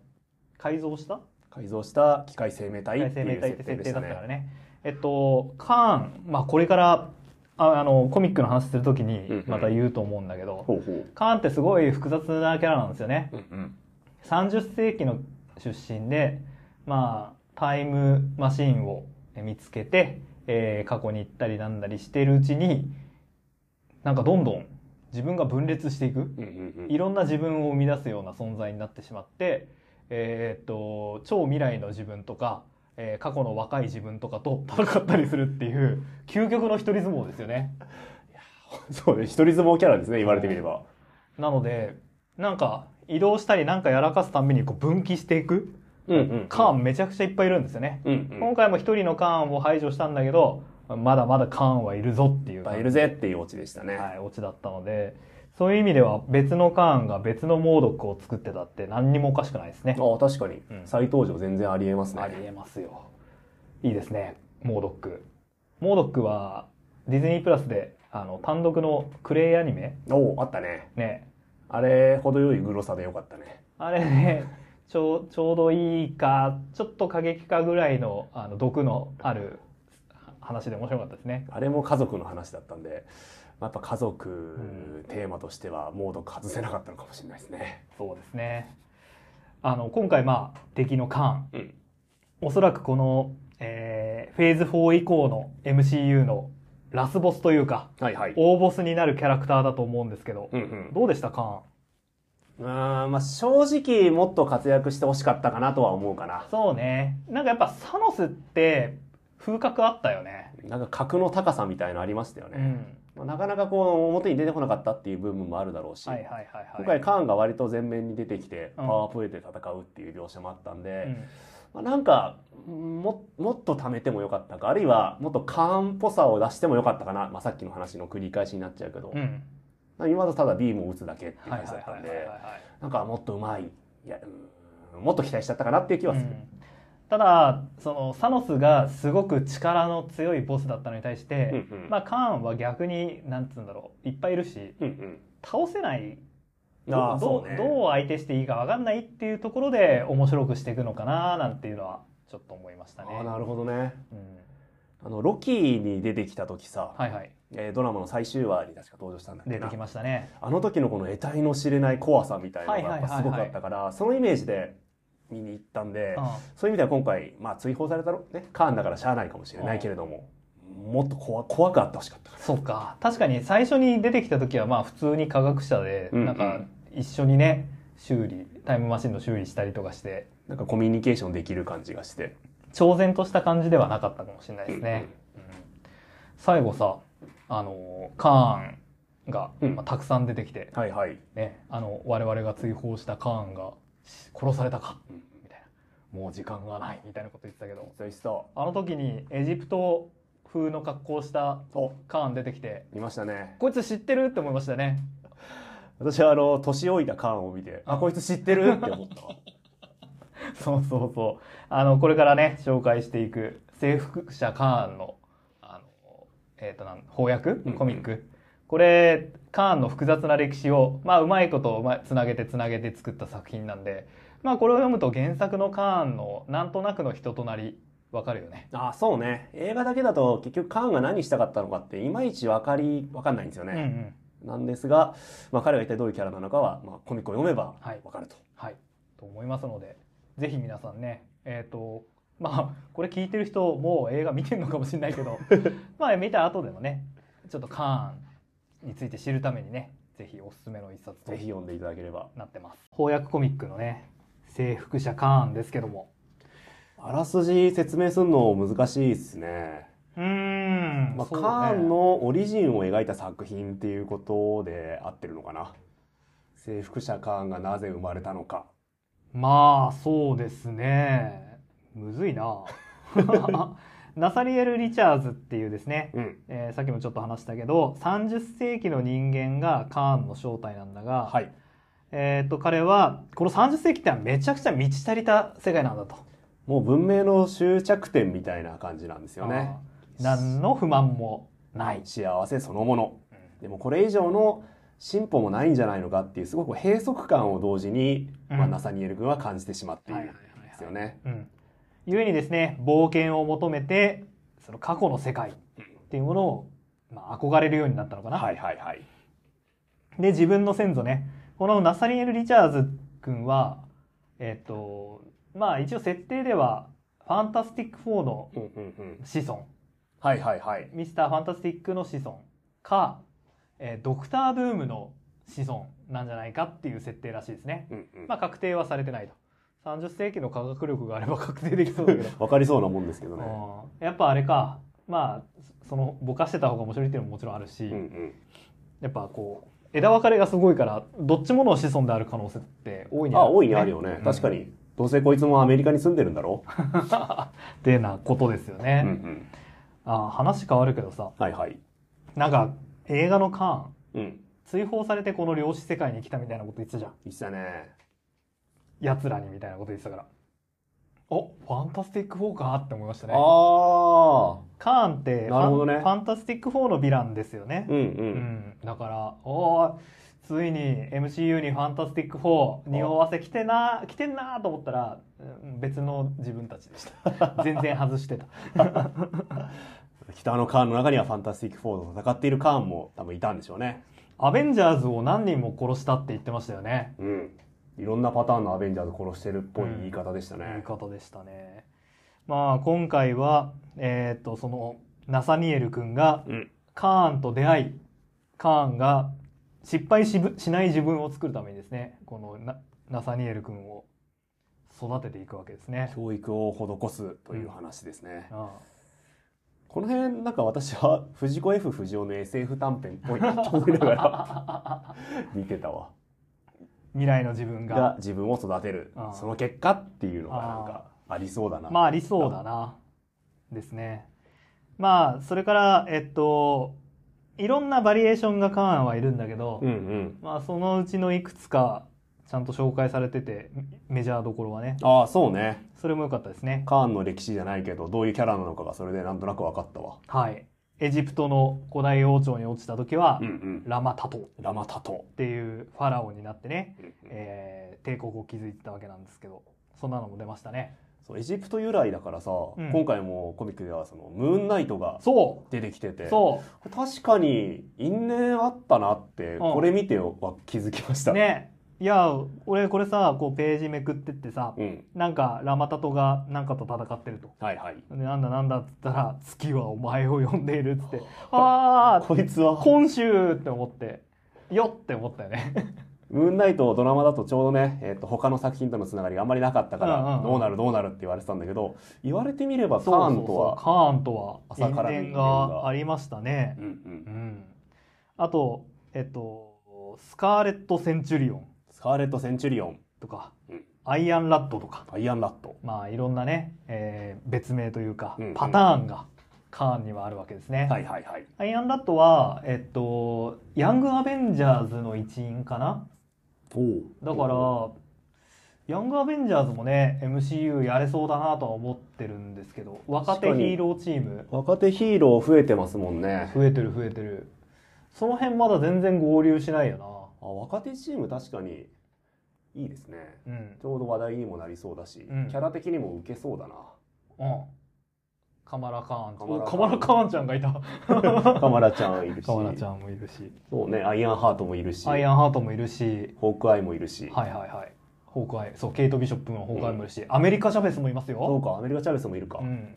Speaker 1: 改造した
Speaker 2: 改造した機械生命体
Speaker 1: 再
Speaker 2: って
Speaker 1: 生命
Speaker 2: いう
Speaker 1: 体って
Speaker 2: 設定
Speaker 1: 設定
Speaker 2: でし
Speaker 1: だ
Speaker 2: た
Speaker 1: ったか
Speaker 2: ね。
Speaker 1: らねえっとカーンまあこれからああのコミックの話するとき
Speaker 2: うんう
Speaker 1: に
Speaker 2: ん
Speaker 1: また言うと思うんだけど、
Speaker 2: ほうほう。
Speaker 1: カーンってすごい複雑なキャラなんですよね、
Speaker 2: うんうん。
Speaker 1: 30世紀の出身で、まあ、タイムマシンを見つけて、えー過去に行ったりなんだりしてるうちに、なんかどんどん自分が分裂していく、
Speaker 2: うんうんうん。
Speaker 1: いろんな自分を生み出すような存在になってしまって、えーっと超未来の自分とか、えー過去の若い自分とかと戦ったりするっていう究極の一人相撲ですよね。
Speaker 2: そうね、一人相撲キャラですね、言われてみれば。
Speaker 1: なのでなんか移動したりなんかやらかすたんびにこう分岐していく
Speaker 2: うんうん
Speaker 1: カーンめちゃくちゃいっぱいいるんですよね。
Speaker 2: うんうん。い
Speaker 1: 今回も一人のカーンを排除したんだけどまだまだカーンはいるぞっていう
Speaker 2: っぱいいるぜっていうオチでしたね。
Speaker 1: はい、オチだったのでそういう意味では別のカーンが別の猛毒を作ってたって何にもおかしくないですね
Speaker 2: ああ、確かに
Speaker 1: うん。
Speaker 2: 再登場全然ありえますね。
Speaker 1: ありえますよいいですね猛毒猛毒はディズニープラスであの単独のクレイアニメ
Speaker 2: おお、あったね。
Speaker 1: ね
Speaker 2: あれほど良いグロさでよかったね。
Speaker 1: あれね ちょうちょうどいいかちょっと過激かぐらいのあの毒のある話で面白かったですね
Speaker 2: あれも家族の話だったんで、まあやっぱ家族テーマとしてはモード外せなかったのかもしれないですね。
Speaker 1: そうですね。あの今回まあ敵のカーン、
Speaker 2: うん
Speaker 1: おそらくこの、えーフェーズ4以降の MCU のラスボスというか
Speaker 2: はいはい。
Speaker 1: 大ボスになるキャラクターだと思うんですけど、
Speaker 2: うんうん。
Speaker 1: どうでしたカ
Speaker 2: うーん、まあ正直もっと活躍してほしかったかなとは思うか
Speaker 1: ー
Speaker 2: な
Speaker 1: ン。。そうね。なんかやっぱサノスって風格あったよね。
Speaker 2: なんか格の高さみたいのありましたよ
Speaker 1: う
Speaker 2: ね。
Speaker 1: ん。
Speaker 2: まあなかなかこう表に出てこなかったっていう部分もあるだろうし、
Speaker 1: はいはいはいはい。
Speaker 2: 今回カーンが割と前面に出てきてパ
Speaker 1: うん
Speaker 2: ワープレイで戦うっていう描写もあったんで、
Speaker 1: うん
Speaker 2: まあ、なんかももっと貯めてもよかったかあるいはもっとカーンっぽさを出してもよかったかな、まあ、さっきの話の繰り返しになっちゃうけど、
Speaker 1: うん。
Speaker 2: まあ今までただビームを打つだけっていう
Speaker 1: はいは
Speaker 2: 感
Speaker 1: い
Speaker 2: じだった
Speaker 1: はい
Speaker 2: ん
Speaker 1: はいはい
Speaker 2: で
Speaker 1: はい。
Speaker 2: なんかもっとうまいいやうーんもっと期待しちゃったかなっていう気はする
Speaker 1: う、んただそのサノスがすごく力の強いボスだったのに対して、
Speaker 2: うんうん
Speaker 1: まあ、カーンは逆になんつうんだろういっぱいいるし
Speaker 2: うんうん
Speaker 1: 倒せない
Speaker 2: あ
Speaker 1: ど
Speaker 2: あ
Speaker 1: うど
Speaker 2: そううね
Speaker 1: どう相手していいか分かんないっていうところで面白くしていくのかななんていうのはちょっと思いましたね。
Speaker 2: ああなるほどね
Speaker 1: うん
Speaker 2: あのロキに出てきた時さ、
Speaker 1: はいはい、
Speaker 2: えードラマの最終話に確か登場したんだっけ
Speaker 1: 出
Speaker 2: ど
Speaker 1: てきましたね。
Speaker 2: あの時のこの得体の知れない怖さみたいなのがやっぱすごかったから、そのイメージで見に行ったんで、
Speaker 1: う
Speaker 2: そういう意味では今回、まあ、追放されたろ、ね、カーンだからしゃあないかもしれないけれども、もっと怖怖くあってほしかったか
Speaker 1: ん、そうか確かに最初に出てきた時はまあ普通に科学者で、
Speaker 2: うんうん
Speaker 1: なんか一緒にね修理タイムマシンの修理したりとかして
Speaker 2: らなんかコミュニケーションできる感じがして、
Speaker 1: 超然とした感じではなかったかもしれないですね。うん最後さ、あのーカーンが、
Speaker 2: うん
Speaker 1: まあ、たくさん出てきて、
Speaker 2: はいはい、
Speaker 1: ね、あの我々が追放したカーンがし殺されたか
Speaker 2: うん
Speaker 1: みたいな、もう時間がないみたいなこと言ってたけど、
Speaker 2: そうしそ
Speaker 1: あの時にエジプト風の格好をした
Speaker 2: うお
Speaker 1: カーン出てきて、
Speaker 2: 見ましたね
Speaker 1: こいつ知ってるって思いましたね。
Speaker 2: 私はあの年老いたカーンを見てあこいつ知ってるって思ったわ
Speaker 1: そうそうそう。あの、これからね、紹介していく、征服者カーンの、あの、えっ、と、なん、翻訳
Speaker 2: うん
Speaker 1: コミック。これ、カーンの複雑な歴史を、まあ、うまいことをうまいつなげてつなげて作った作品なんで、まあ、これを読むと原作のカーンの、なんとなくの人となり、わかるよね。
Speaker 2: あそうね映画だけだと結局カーンが何したかったのかっていまいち分かり分かんないんですよ
Speaker 1: うんう
Speaker 2: ね、
Speaker 1: ん。
Speaker 2: なんですが、まあ、彼が一体どういうキャラなのかは、まあ、コミックを読めば
Speaker 1: はい
Speaker 2: 分かると、
Speaker 1: はい。と思いますので、ぜひ皆さんね、えっ、と、まあ、これ聞いてる人、もう映画見てるのかもしれないけ ど、まあ、見た後でもね、ちょっとカーンについて知るためにね、ぜひおすすめの一冊と
Speaker 2: ぜひ読んでいただければ
Speaker 1: なってます。翻訳コミックのね、征服者カーンですけども。
Speaker 2: あらすじ説明するの難しいですね
Speaker 1: うーん
Speaker 2: まあ、
Speaker 1: そう
Speaker 2: カ
Speaker 1: ね
Speaker 2: ーンのオリジンを描いた作品っていうことで合ってるのかな征服者カーンがなぜ生まれたのか
Speaker 1: まあ、そうですね。むずい な。ナサリエル・リチャーズっていうですね、
Speaker 2: うん
Speaker 1: えーさっきもちょっと話したけど30世紀の人間がカーンの正体なんだが、
Speaker 2: はい
Speaker 1: えー、と彼はこの30世紀ってのはめちゃくちゃ満ち足りた世界なんだと。
Speaker 2: もう文明の終着点みたいな感じなんですよね
Speaker 1: あー何の不満もない。
Speaker 2: 幸せそのもの
Speaker 1: うん
Speaker 2: でもこれ以上の進歩もないんじゃないのかっていうすごく閉塞感を同時に、ま
Speaker 1: う
Speaker 2: あ、
Speaker 1: ん
Speaker 2: ナサニエル君は感じてしまっているんですよね
Speaker 1: うん、故にですね冒険を求めてその過去の世界っていうものを、まあ、憧れるようになったのかな。
Speaker 2: はいはいはい
Speaker 1: で自分の先祖ねこのナサリエル・リチャーズ君はえっ、とまあ一応設定では「ファンタスティック4」の
Speaker 2: うんうんうん
Speaker 1: 子孫
Speaker 2: はいはいはい
Speaker 1: ミスター・ファンタスティックの子孫か、えードクター・ドゥームの子孫なんじゃないかっていう設定らしいですね。
Speaker 2: うんうん
Speaker 1: まあ、確定はされてないと。 30世紀の科学力があれば確定できそうだけど
Speaker 2: わかりそうなもんですけどね。
Speaker 1: うんやっぱあれかまあそのぼかしてた方が面白いっていうのももちろんあるし、
Speaker 2: うんうん。
Speaker 1: やっぱこう枝分かれがすごいからどっちもの子孫である可能性って大いに
Speaker 2: あ、大
Speaker 1: い
Speaker 2: いにあるよね
Speaker 1: う。ん
Speaker 2: 確かに。どうせこいつもアメリカに住んでるんだろ
Speaker 1: ってなことですよ
Speaker 2: う。
Speaker 1: ね、
Speaker 2: うんうん。
Speaker 1: あ話変わるけどさ
Speaker 2: はいはい。
Speaker 1: なんか映画のカーン
Speaker 2: うん。
Speaker 1: 追放されてこの量子世界に来たみたいなこと言ってたじゃん
Speaker 2: いっしたね。
Speaker 1: 奴らにみたいなこと言ってたからおファンタスティック4かって思いましたね
Speaker 2: ああ。
Speaker 1: カーンってフ
Speaker 2: なるほどね
Speaker 1: ァンファンタスティック4のヴィランですよね
Speaker 2: うんう。
Speaker 1: うんんだからおーついに MCU にファンタスティック4匂わせ来てな来てんなと思ったらうん別の自分たちでした 全然外してた
Speaker 2: 北のカーンの中にはファンタスティック4と戦っているカーンも多分いたんでしょうね。
Speaker 1: アベンジャーズを何人も殺したって言ってましたよね
Speaker 2: うん。いろんなパターンのアベンジャーズ殺してるっぽい言い方でした
Speaker 1: 言い
Speaker 2: ね。
Speaker 1: 方でしたね。まあ今回は、えーっと、その、ナサニエル君が
Speaker 2: うん。
Speaker 1: カーンと出会い、カーンが失敗しぶしない自分を作るためにですね、このナナサニエル君を育てていくわけですね。
Speaker 2: 教育を施すという話ですね。
Speaker 1: あ
Speaker 2: この辺、なんか私は藤子 F 不二雄の SF 短編っぽいなと思いながら 見てたわ。
Speaker 1: 未来の自分が。
Speaker 2: が自分を育てる
Speaker 1: あー。
Speaker 2: その結果っていうのがなんかありそうだな。
Speaker 1: まあありそうだな。ですね。まあそれから、えっと、いろんなバリエーションがカーンはいるんだけど、
Speaker 2: うんうん。
Speaker 1: まあそのうちのいくつかちゃんと紹介されててメジャーどころはね
Speaker 2: ああ、そうね。
Speaker 1: それも良かったですね
Speaker 2: カーンの歴史じゃないけど、どういうキャラなのかがそれでなんとなく分かったわ。
Speaker 1: はいエジプトの古代王朝に落ちた時は、
Speaker 2: んうん。
Speaker 1: ラマタトっ
Speaker 2: ラマタト。
Speaker 1: ていうファラオになってね、
Speaker 2: え
Speaker 1: えー帝国を築いてたわけなんですけどそんなのも出ましたね
Speaker 2: そうエジプト由来だからさ、
Speaker 1: ん
Speaker 2: 今回もコミックではそのムーンナイトが
Speaker 1: そ
Speaker 2: 出てきて
Speaker 1: う
Speaker 2: て、
Speaker 1: そ
Speaker 2: 確かに因縁あったなって、
Speaker 1: うん
Speaker 2: これ見ては気づきました。
Speaker 1: うねいや俺これさこうページめくってってさ、
Speaker 2: うん。
Speaker 1: なんかラマタトがなんかと戦ってると。
Speaker 2: はいはい。
Speaker 1: でなんだなんだっつったら「月はお前を呼んでいる」っつって「ああ
Speaker 2: こいつは、
Speaker 1: 今週って思って、よって思ったよね。
Speaker 2: ムーンナイトドラマだとちょうどね、えっと他の作品とのつながりがあんまりなかったから、
Speaker 1: うんうんうん
Speaker 2: どうなるどうなるって言われてたんだけど、言われてみればカ
Speaker 1: そう
Speaker 2: ー
Speaker 1: そう
Speaker 2: ン
Speaker 1: そ
Speaker 2: と
Speaker 1: う
Speaker 2: は、
Speaker 1: カーンとは、
Speaker 2: 朝から
Speaker 1: 因縁
Speaker 2: 因縁
Speaker 1: が
Speaker 2: が
Speaker 1: ありましたね
Speaker 2: う。んう
Speaker 1: う
Speaker 2: ん
Speaker 1: ん。あと、えっと、スカーレット・センチュリオン
Speaker 2: スカーレット・センチュリオン、
Speaker 1: とか、
Speaker 2: うん
Speaker 1: アイアン・ラッドとか、
Speaker 2: アイアン・ラット。
Speaker 1: まあいろんなね、えー別名というか、
Speaker 2: うんうん
Speaker 1: パターンがカーンにはあるわけですね。
Speaker 2: はいはいはい。
Speaker 1: アイアン・ラッドは、えっと、ヤング・アベンジャーズの一員かなだから、ヤングアベンジャーズもね、MCU やれそうだなとは思ってるんですけど、若手ヒーローチーム、
Speaker 2: 若手ヒーロー増えてますもんね。
Speaker 1: 増えてる増えてる。その辺まだ全然合流しないよ
Speaker 2: あ若手チーム確かにいいですね。
Speaker 1: な。うん。
Speaker 2: ちょうど話題にもなりそうだし、
Speaker 1: うん
Speaker 2: キャラ的にも受けそうだな。
Speaker 1: うん。カマラカーン。
Speaker 2: カマラ
Speaker 1: おカマラカーンちゃんがいた。
Speaker 2: カマラちゃんいるし、
Speaker 1: カマラちゃんもいるし、
Speaker 2: そうね、アイアンハートもいるし、
Speaker 1: アイアンハートもいるし、
Speaker 2: ホークアイもいるし、
Speaker 1: はいはいはい。ホークアイ、そう、ケイト・ビショップもホークアイもいるし、アメリカ・シャベスもいます
Speaker 2: そう
Speaker 1: よ。
Speaker 2: か、アメリカチャベスもいるか。
Speaker 1: うん。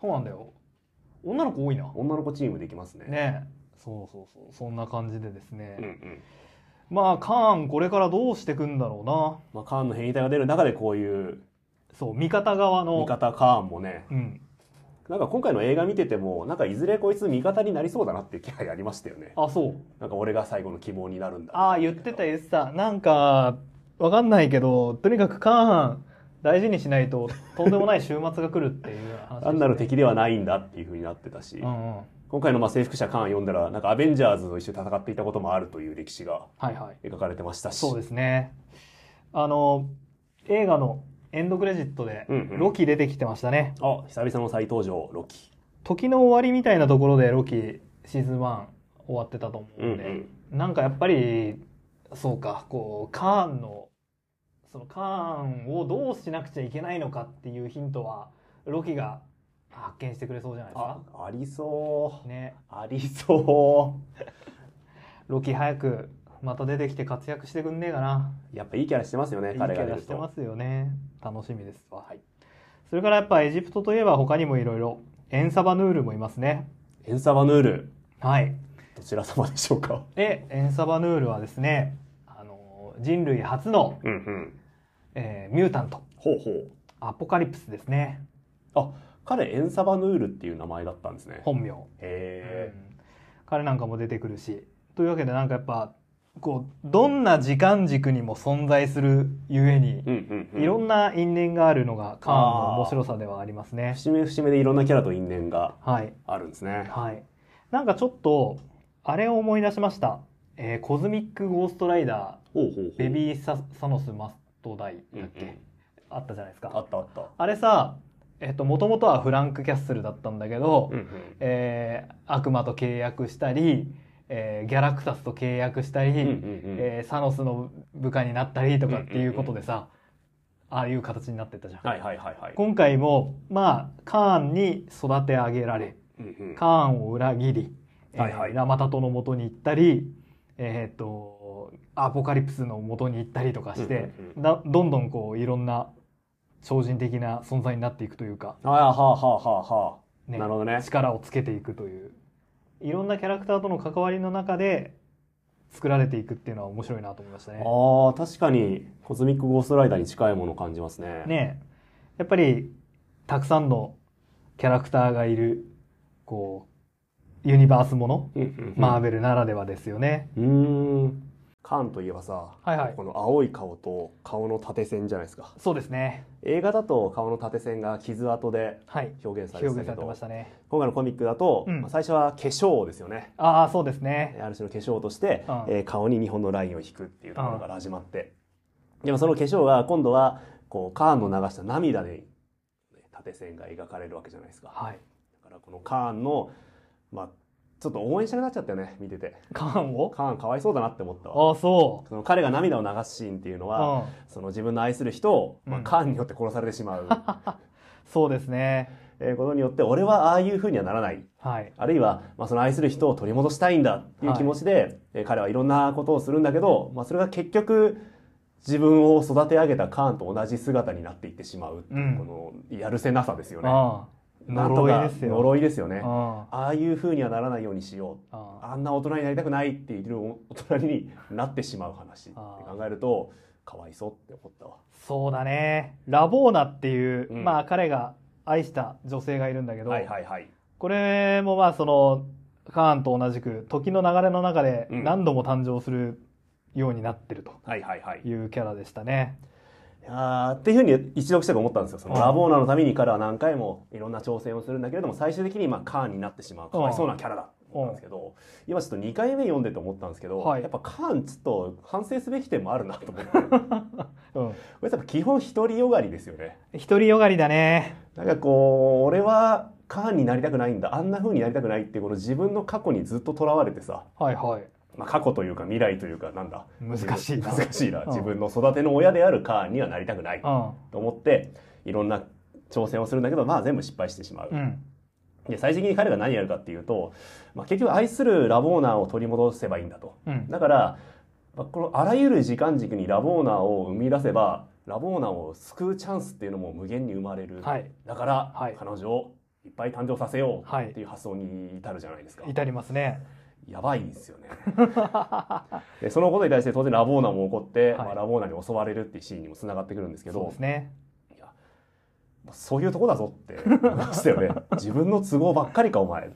Speaker 1: そうなんだよ。女の子多いな。
Speaker 2: 女の子チームできますね。
Speaker 1: ねそうそうそう。そんな感じでですね。
Speaker 2: うんうん。
Speaker 1: まあカーンこれからどうしていくんだろう
Speaker 2: まあ、カーンの変異体が出る中でこういう
Speaker 1: なそう味方側の
Speaker 2: 味方カーンもね、
Speaker 1: うん
Speaker 2: なんか今回の映画見てても、なんかいずれこいつ味方になりそうだなっていう気配ありましたよね。
Speaker 1: あそう
Speaker 2: なんか俺が最後の希望になるんだ。
Speaker 1: ああ言ってた言ってたなんかわかんないけどとにかくカーン大事にしないととんでもない週末が来るっていう話
Speaker 2: 単なる敵ではないんだっていう風になってたし、
Speaker 1: うんうんは
Speaker 2: 今回のまあ征服者カーン読んだら、なんかアベンジャーズと一緒に戦っていたこともあるという歴史が
Speaker 1: いはい
Speaker 2: 描かれてましたし。
Speaker 1: そうですねあの映画のエンドクレジットで
Speaker 2: うんうん
Speaker 1: ロキ出てきてましたね、
Speaker 2: あ、久々の再登場、ロキ。
Speaker 1: 時の終わりみたいなところでロキシーズン1終わってたと思うんで、
Speaker 2: うん
Speaker 1: なんかやっぱりそうかこうカーンのそのカーンをどうしなくちゃいけないのかっていうヒントはロキが発見してくれそうじゃないです
Speaker 2: あ
Speaker 1: か、
Speaker 2: ありそう。
Speaker 1: ね
Speaker 2: ありそ
Speaker 1: ロキ早くまた出てきて活躍してくんねえかな
Speaker 2: う。やっぱいいキャラしてますよね、
Speaker 1: いいキ
Speaker 2: 彼が
Speaker 1: ャ
Speaker 2: 出
Speaker 1: ラ
Speaker 2: る
Speaker 1: して
Speaker 2: と。
Speaker 1: ますよね楽しみですわ、
Speaker 2: はい
Speaker 1: それからやっぱエジプトといえば他にもいろいろエンサバヌールもいますね
Speaker 2: エンサバヌール、
Speaker 1: はい
Speaker 2: どちら様でしょうか。
Speaker 1: でエンサバヌールはですねあの人類初の、
Speaker 2: うんうん。
Speaker 1: えーミュータント
Speaker 2: ほうほう。
Speaker 1: アポカリプスですね
Speaker 2: あ、彼エンサバヌールっていう名前だったんですね。
Speaker 1: 本名、
Speaker 2: へ
Speaker 1: うん彼なんかも出てくるしというわけでなんかやっぱこうどんな時間軸にも存在するゆえに
Speaker 2: え。う、んうん、うん。
Speaker 1: いろんな因縁があるのがカーンの面白さではありますね
Speaker 2: 節目節目でいろんなキャラと因縁が
Speaker 1: はい
Speaker 2: あるんですね。
Speaker 1: はいなんかちょっとあれを思い出しました、えーコズミック・ゴーストライダ
Speaker 2: ほうほうほう。
Speaker 1: ーベビーサ・サノス・マスト・ダイ
Speaker 2: うんう
Speaker 1: だっ
Speaker 2: ん
Speaker 1: け、あったじゃないですか
Speaker 2: あったあった。
Speaker 1: あれさ、えっと、もともとはフランク・キャッスルだったんだけど、
Speaker 2: うんうん。
Speaker 1: えー悪魔と契約したり、えーギャラクタスと契約したり、
Speaker 2: うんうんうん。
Speaker 1: えーサノスの部下になったりとかっていうことでさ、ああいう形になってったじゃん。
Speaker 2: はいはいはいはい。
Speaker 1: 今回も、まあ、カーンに育て上げられ、
Speaker 2: うんうん
Speaker 1: カーンを裏切り、えー
Speaker 2: はいはい
Speaker 1: ラマタトの元に行ったり、えーっと、アポカリプスの元に行ったりとかして、
Speaker 2: うんうんう
Speaker 1: だどんどんこう、いろんな超人的な存在になっていくというか、
Speaker 2: ああ、はあはあはあはあ。
Speaker 1: ね
Speaker 2: なるほどね。
Speaker 1: 力をつけていくという、いろんなキャラクターとの関わりの中で作られていくっていうのは面白いなと思いましたね。
Speaker 2: ああ、確かに、コズミックゴーストライダーに近いものを感じますね。。
Speaker 1: ねえやっぱりたくさんのキャラクターがいるこうユニバースもの、
Speaker 2: うんうんうん、
Speaker 1: マーベルならではですよね。
Speaker 2: うーん。カーンといえばさ、
Speaker 1: はいはい
Speaker 2: この青い顔と顔の縦線じゃないですか。
Speaker 1: そうですね。
Speaker 2: 映画だと顔の縦線が傷跡で
Speaker 1: はい。
Speaker 2: 表現され
Speaker 1: 表
Speaker 2: てた
Speaker 1: 現されて
Speaker 2: けど
Speaker 1: まし、たね。
Speaker 2: 今回のコミックだと、
Speaker 1: うん
Speaker 2: まあ最初は化粧ですよね。
Speaker 1: ああそうですね。
Speaker 2: ある種の化粧として、
Speaker 1: うん
Speaker 2: えー顔に日本のラインを引くっていうところから始まって。でもその化粧が今度は、こう、カーンの流した涙で、縦線が描かれるわけじゃないですか。
Speaker 1: はい。
Speaker 2: だからこのカーンの、まあ、ちょっと応援したくなっちゃったよね、見てて。
Speaker 1: カーンを
Speaker 2: カーンかわいそうだなって思ったわ。
Speaker 1: ああそ
Speaker 2: その彼が涙を流すシーンっていうの
Speaker 1: う。う
Speaker 2: は、
Speaker 1: ん。
Speaker 2: その自分の愛する人を、まあ、
Speaker 1: うん
Speaker 2: カーンによって殺されて しまう、
Speaker 1: そうですね。
Speaker 2: えーことによって、俺はああいう風にはならない。
Speaker 1: はい。
Speaker 2: あるいは、まあ、その愛する人を取り戻したいんだっていう気持ちで、えー彼はいろんなことをするんだけど、まあ、それが結局、自分を育て上げたカーンと同じ姿になっていってしまうっていう、
Speaker 1: うん
Speaker 2: この、やるせなさですよね。
Speaker 1: ああ
Speaker 2: なんとか
Speaker 1: 呪いですよ。
Speaker 2: 呪いですよね。
Speaker 1: あ
Speaker 2: ああいう風にはならないようにしよう。
Speaker 1: あああ
Speaker 2: あんな大人になりたくないっていう大人になってしまう話って考えると、かわいそうって思ったわ。
Speaker 1: そうだね。ラボーナっていう、
Speaker 2: うん
Speaker 1: まあ彼が愛した女性がいるんだけど、
Speaker 2: はいはいはい。
Speaker 1: これもまあそのカーンと同じく時の流れの中で
Speaker 2: うん
Speaker 1: 何度も誕生するようになってると
Speaker 2: はいはいはい。
Speaker 1: いうキャラでしたね。
Speaker 2: あーっていうふうに一読したく思ったんですよ。その
Speaker 1: うん
Speaker 2: ラボーナのために彼は何回もいろんな挑戦をするんだけれども、最終的にまあカーンになってしまう。かわいそうなキャラだと思ったんですけど、今ちょっと2回目読んでて思ったんですけど、
Speaker 1: はい
Speaker 2: やっぱカーンちょっと反省すべき点もあるなと思 って。こ
Speaker 1: うん。
Speaker 2: れやっぱ基本独りよがりですよね。
Speaker 1: 独りよがりだね。
Speaker 2: なんかこう、俺はカーンになりたくないんだ。あんな風になりたくないって、この自分の過去にずっと囚われてさ、
Speaker 1: はいはい。
Speaker 2: まあ、過去というか未来というかなんだ
Speaker 1: 難しいな
Speaker 2: 難しいな
Speaker 1: うん
Speaker 2: 自分の育ての親であるカーンにはなりたくない
Speaker 1: うん。
Speaker 2: と思っていろんな挑戦をするんだけどまあ全部失敗してしまう、
Speaker 1: うん。
Speaker 2: で最終的に彼が何やるかっていうと、まあ、結局愛するラボーナーを取り戻せばいいんだと
Speaker 1: うん。
Speaker 2: だからまあこのあらゆる時間軸にラボーナーを生み出せばラボーナーを救うチャンスっていうのも無限に生まれる、
Speaker 1: はい。
Speaker 2: だから、
Speaker 1: はい
Speaker 2: 彼女をいっぱい誕生させよ
Speaker 1: は
Speaker 2: う
Speaker 1: い
Speaker 2: っていう発想に至るじゃないですか、
Speaker 1: 至りますね。
Speaker 2: やばいんですよね。でそのことに対して当然ラボーナも怒って、
Speaker 1: はい
Speaker 2: まあ、ラボーナに襲われるっていうシーンにもつながってくるんですけ
Speaker 1: そう
Speaker 2: ど
Speaker 1: ですね。
Speaker 2: いやまあそういうとこだぞって思いました よね自分の都合ばっかりかお前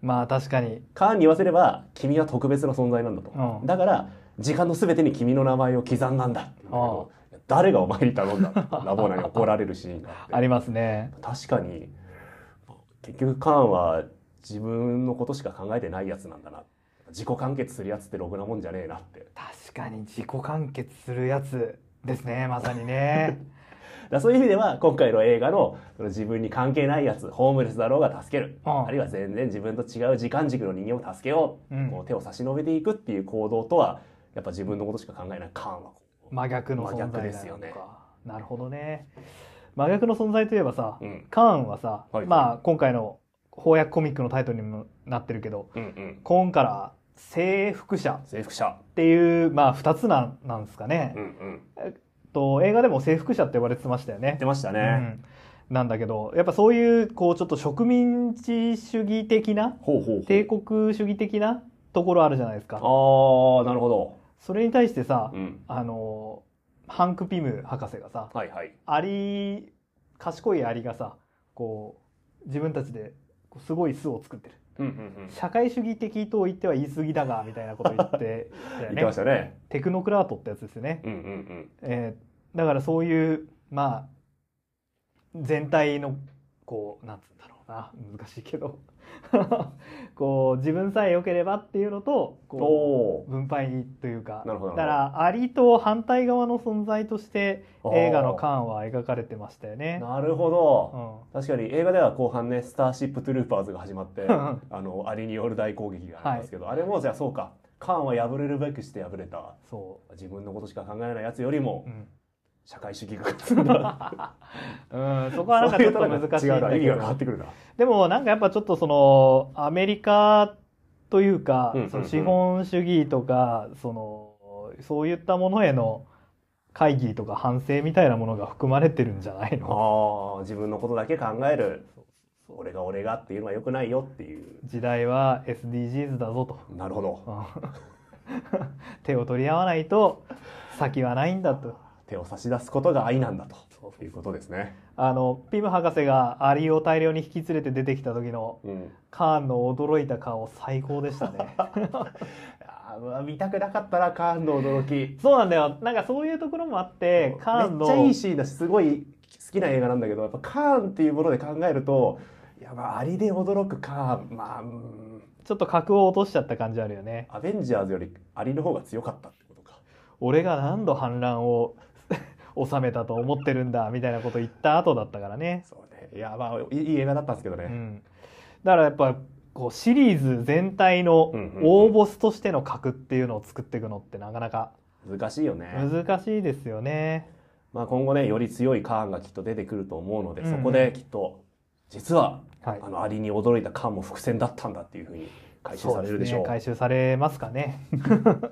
Speaker 1: まあ確かに。
Speaker 2: カーンに言わせれば君は特別な存在なんだと、
Speaker 1: うん
Speaker 2: だから時間の全てに君の名前を刻んだんだって言うんだけどいや誰がお前に頼んだってラボーナに怒られるシーンがあって
Speaker 1: ありますね。
Speaker 2: 確かにまあ結局カーンは自分のことしか考えてないやつなんだな自己完結するやつってろくなもんじゃねえなって
Speaker 1: 確かに自己完結するやつですね。まさにね。
Speaker 2: だからそういう意味では今回の映画のその自分に関係ないやつホームレスだろうが助ける、
Speaker 1: うん
Speaker 2: あるいは全然自分と違う時間軸の人間を助けよう、
Speaker 1: うん
Speaker 2: こう手を差し伸べていくっていう行動とはやっぱ自分のことしか考えないカーンはこう
Speaker 1: 真逆の存在
Speaker 2: 真逆
Speaker 1: なの
Speaker 2: ですよね
Speaker 1: か。なるほどね。真逆の存在といえばさ、
Speaker 2: うん
Speaker 1: カーンはさ、
Speaker 2: はい
Speaker 1: まあ今回の翻訳コミックのタイトルにもなってるけど、
Speaker 2: うんうん
Speaker 1: コーンから征服者
Speaker 2: 征服者
Speaker 1: っていう、まあ二つなんなんですかね
Speaker 2: う、んうん
Speaker 1: と。映画でも征服者って呼ばれてましたよ
Speaker 2: 言っ
Speaker 1: ね
Speaker 2: て。ました
Speaker 1: う
Speaker 2: ね、
Speaker 1: ん、なんだけど、やっぱそういう、こうちょっと植民地主義的な、
Speaker 2: ほうほうほう
Speaker 1: 帝国主義的なところあるじゃないですか。
Speaker 2: ああなるほ
Speaker 1: それに対してさ
Speaker 2: ど、、うん
Speaker 1: あの、ハンク・ピム博士がさ
Speaker 2: はいはい。
Speaker 1: アリ賢いアリがさこう自分たちでこうすごい巣を作ってる
Speaker 2: うんうん
Speaker 1: 社会主義的と言っては言い過ぎだがみたいなこと言 ってたよ
Speaker 2: 言ってましたね。
Speaker 1: テクノクラートってやつですよね、
Speaker 2: うんうん
Speaker 1: えーだからそういうまあ全体のこうなんつうんだろうな難しいけど こう自分さえ良ければっていうのと
Speaker 2: う
Speaker 1: こ
Speaker 2: ん。
Speaker 1: う
Speaker 2: お
Speaker 1: 分配というか
Speaker 2: なるほど
Speaker 1: だからアリと反対側の存在として
Speaker 2: お。
Speaker 1: 映画のカーンは描かれてましたよね。
Speaker 2: なるほど。
Speaker 1: うん
Speaker 2: 確かに映画では後半ね「スターシップ・トゥルーパーズ」が始まって
Speaker 1: うんうん
Speaker 2: あのアリによる大攻撃がありますけど、あれもじゃあそうかカーンは敗れるべくして敗れた
Speaker 1: そ
Speaker 2: 自分のことしか考えないやつよりも
Speaker 1: う、うん
Speaker 2: 社会主義が勝つん だ
Speaker 1: うん、そこはなんかちょっと難しいんだ
Speaker 2: そううとなんか違うな意
Speaker 1: け
Speaker 2: 味が変わっ
Speaker 1: ど
Speaker 2: てくるな
Speaker 1: でもなんかやっぱちょっとそのアメリカというか、
Speaker 2: うんうんうん
Speaker 1: その資本主義とかそのそういったものへの会議とか反省みたいなものが含まれてるんじゃないの
Speaker 2: ああ自分のことだけ考える俺が俺がっていうのは良くないよっていう
Speaker 1: 時代は SDGs だぞと。
Speaker 2: なるほど
Speaker 1: うん 手を取り合わないと先はないんだと。
Speaker 2: 手を差し出すことが愛なんだということですね、
Speaker 1: あのピム博士がアリを大量に引き連れて出てきた時の
Speaker 2: うん、
Speaker 1: カーンの驚いた顔最高でしたね
Speaker 2: あーうわ見たくなかったなカーンの驚き
Speaker 1: そうなんだよなんかそういうところもあってカーンの
Speaker 2: めっちゃいいシーンだしすごい好きな映画なんだけどやっぱカーンっていうもので考えるといやまあアリで驚くカーンまあうん
Speaker 1: ちょっと格を落としちゃった感じあるよね
Speaker 2: アベンジャーズよりアリの方が強かったってことか
Speaker 1: 俺が何度反乱を 収めたと思ってるんだみたいなこと言った後だったからね、
Speaker 2: そうねいやまあいいいい映画だったんですけど
Speaker 1: う
Speaker 2: ね、
Speaker 1: ん、だからやっぱこうシリーズ全体の
Speaker 2: うんうんうん
Speaker 1: 応募スとしての格っていうのを作っていくのってなかなか
Speaker 2: 難しいよね、
Speaker 1: 難しいですよね
Speaker 2: まあ、今後ねより強いカーンがきっと出てくると思うので、
Speaker 1: うんうん
Speaker 2: そこできっと実は
Speaker 1: はい
Speaker 2: あのアリに驚いたカーンも伏線だったんだっていうふうに回収されるでしょ
Speaker 1: そう
Speaker 2: う
Speaker 1: すね、回収されますかね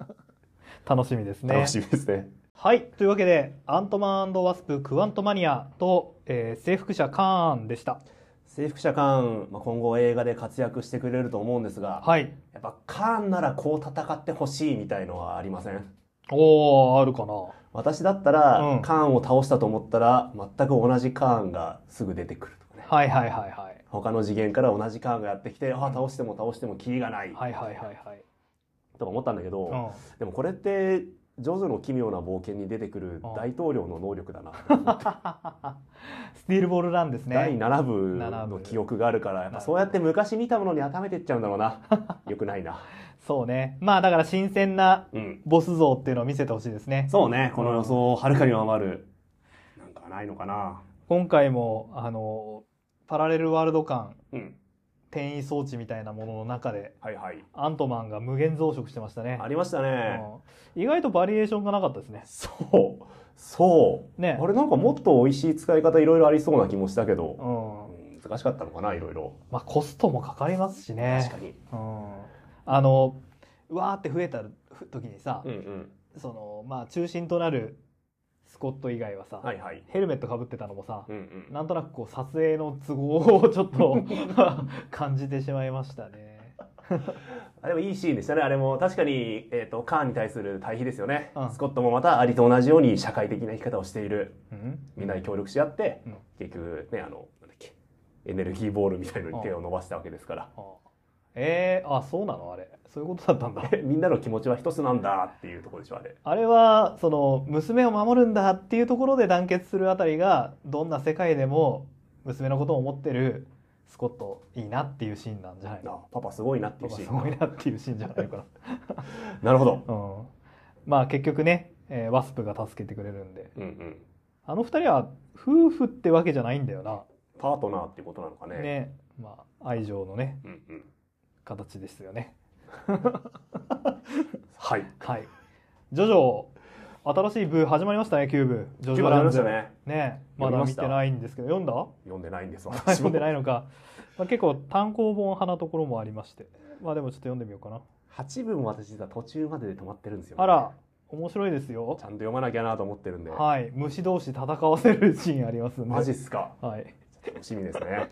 Speaker 1: 楽しみですね
Speaker 2: 楽しみですね
Speaker 1: はいというわけで「アントマンワスプクワントマニアと」えー征服者カーンでした
Speaker 2: 征服者カーン、まあ、今後映画で活躍してくれると思うんですが、
Speaker 1: はい
Speaker 2: やっぱカーンならこう戦ってほしいみたいのはありません
Speaker 1: おーあるかな
Speaker 2: 私だったら、
Speaker 1: うん
Speaker 2: カーンを倒したと思ったら全く同じカーンがすぐ出てくるとかね
Speaker 1: はいはいはいはい
Speaker 2: 他の次元から同じカーンがやってきてああ倒しても倒してもキリがない
Speaker 1: はいはいはいはい
Speaker 2: とか思ったんだけど、
Speaker 1: うん
Speaker 2: でもこれってジョジョの奇妙な冒険に出てくる
Speaker 1: うん
Speaker 2: 大統領の能力だな、
Speaker 1: スティールボールランです
Speaker 2: 第
Speaker 1: ね
Speaker 2: 7部
Speaker 1: 七
Speaker 2: の
Speaker 1: 部
Speaker 2: 記憶があるからやっぱそうやって昔見たものに温めてっちゃうんだろうな よくないな
Speaker 1: そうねまあだから新鮮な
Speaker 2: うん
Speaker 1: ボス像っていうのを見せてほしいですね
Speaker 2: そうねこの予想をはるかに上回るなんかないのかな
Speaker 1: 今回もあのパラレルワールド間
Speaker 2: うん
Speaker 1: 転移装置みたいなものの中で
Speaker 2: はいはい
Speaker 1: アントマンが無限増殖してましたね
Speaker 2: ありましたね
Speaker 1: うん意外とバリエーションがなかったですね。
Speaker 2: そうそう、
Speaker 1: ね
Speaker 2: あれなんかもっと美味しい使い方いろいろありそうな気もしたけ
Speaker 1: う
Speaker 2: ど、
Speaker 1: ん。
Speaker 2: うん難しかったのかないろいろ
Speaker 1: まあコストもかかりますし
Speaker 2: 確か
Speaker 1: ね。
Speaker 2: に、
Speaker 1: うん。あの、うわーって増えた時にさ、
Speaker 2: うんうん
Speaker 1: その、まあ中心となるスコット以外はさ、
Speaker 2: はいはい
Speaker 1: ヘルメットかぶってたのもさ、
Speaker 2: うんうん
Speaker 1: なんとなくこう撮影の都合をちょっ と感じてしまいましたね。
Speaker 2: あれもいいシーンでしたねあれも確かに、えー、とカーンに対する対比ですよね、
Speaker 1: うん
Speaker 2: スコットもまたアリと同じように社会的な生き方をしている
Speaker 1: うん。
Speaker 2: みんなで協力し合って、
Speaker 1: うん
Speaker 2: 結局ねあのなんだっけエネルギーボールみたいのに手を伸ばしたわけですから、
Speaker 1: あえー、あ、そうなのあれ。そういうことだったんだ。
Speaker 2: みんなの気持ちは一つなんだっていうところでしょあれ
Speaker 1: あれはその娘を守るんだっていうところで団結するあたりがどんな世界でも娘のことを思ってるスコットいいなっていうシーンなんじゃないの
Speaker 2: あパパすごいなってい
Speaker 1: とか
Speaker 2: うシ
Speaker 1: す
Speaker 2: ーン
Speaker 1: ごいなっていうシーンじゃないか
Speaker 2: なるほど
Speaker 1: な、うん、まあ結局ね、えーワスプが助けてくれるんで
Speaker 2: うんうん
Speaker 1: あの二人は夫婦ってわけじゃないんだよな
Speaker 2: パートナーっていうことなのかね
Speaker 1: ねまあ愛情のね
Speaker 2: うんうん
Speaker 1: 形ですよね
Speaker 2: はい
Speaker 1: はいジョジョ新しい部始まりましたね9部ジョジ
Speaker 2: 決
Speaker 1: ョ
Speaker 2: ま
Speaker 1: ラ
Speaker 2: り
Speaker 1: ン
Speaker 2: まし
Speaker 1: ズ
Speaker 2: たね
Speaker 1: ねま
Speaker 2: 読み
Speaker 1: だ
Speaker 2: ま
Speaker 1: 見
Speaker 2: した
Speaker 1: てないんですけど読んだ
Speaker 2: 読んでないんです
Speaker 1: はい
Speaker 2: 私
Speaker 1: 読
Speaker 2: も
Speaker 1: んでないのか、まあ、結構単行本派なところもありましてまあでもちょっと読んでみようかな
Speaker 2: 8分私実は途中までで止まってるんですよね、
Speaker 1: あら面白いですよ
Speaker 2: ちゃんと読まなきゃなと思ってるんで、
Speaker 1: はい虫同士戦わせるシーンありますんで
Speaker 2: マジっすか
Speaker 1: はい、
Speaker 2: 楽しみですね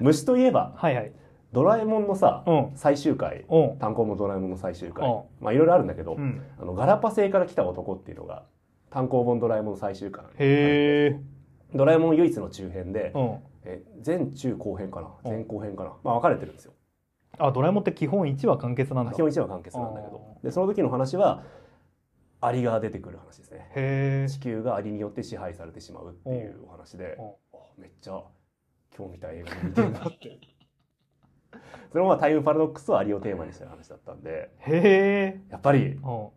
Speaker 2: 虫といえば
Speaker 1: はいはい
Speaker 2: ドラえもんのさ、
Speaker 1: うん
Speaker 2: 最終回
Speaker 1: うん
Speaker 2: 単行本ドラえもんの最終回
Speaker 1: うん
Speaker 2: まあいろいろあるんだけど、
Speaker 1: うん
Speaker 2: あのガラパ星から来た男っていうのが単行本ドラえもんの最終回なの
Speaker 1: へえ
Speaker 2: ドラえもん唯一の中編で、
Speaker 1: うん
Speaker 2: え前中後編かな
Speaker 1: うん
Speaker 2: 前後編かな、まあ分かれてるんですよ
Speaker 1: あドラえもんって基本1話完結なんだ
Speaker 2: 基本1話完結なんだけど
Speaker 1: あ
Speaker 2: でその時の話はアリが出てくる話ですね
Speaker 1: へえ
Speaker 2: 地球がアリによって支配されてしまうっていうお話であめっちゃ今日見たい映画見てるな ってそれもまあタイムパラドックスをアリをテーマにした話だったんで
Speaker 1: へえ
Speaker 2: やっぱり
Speaker 1: うん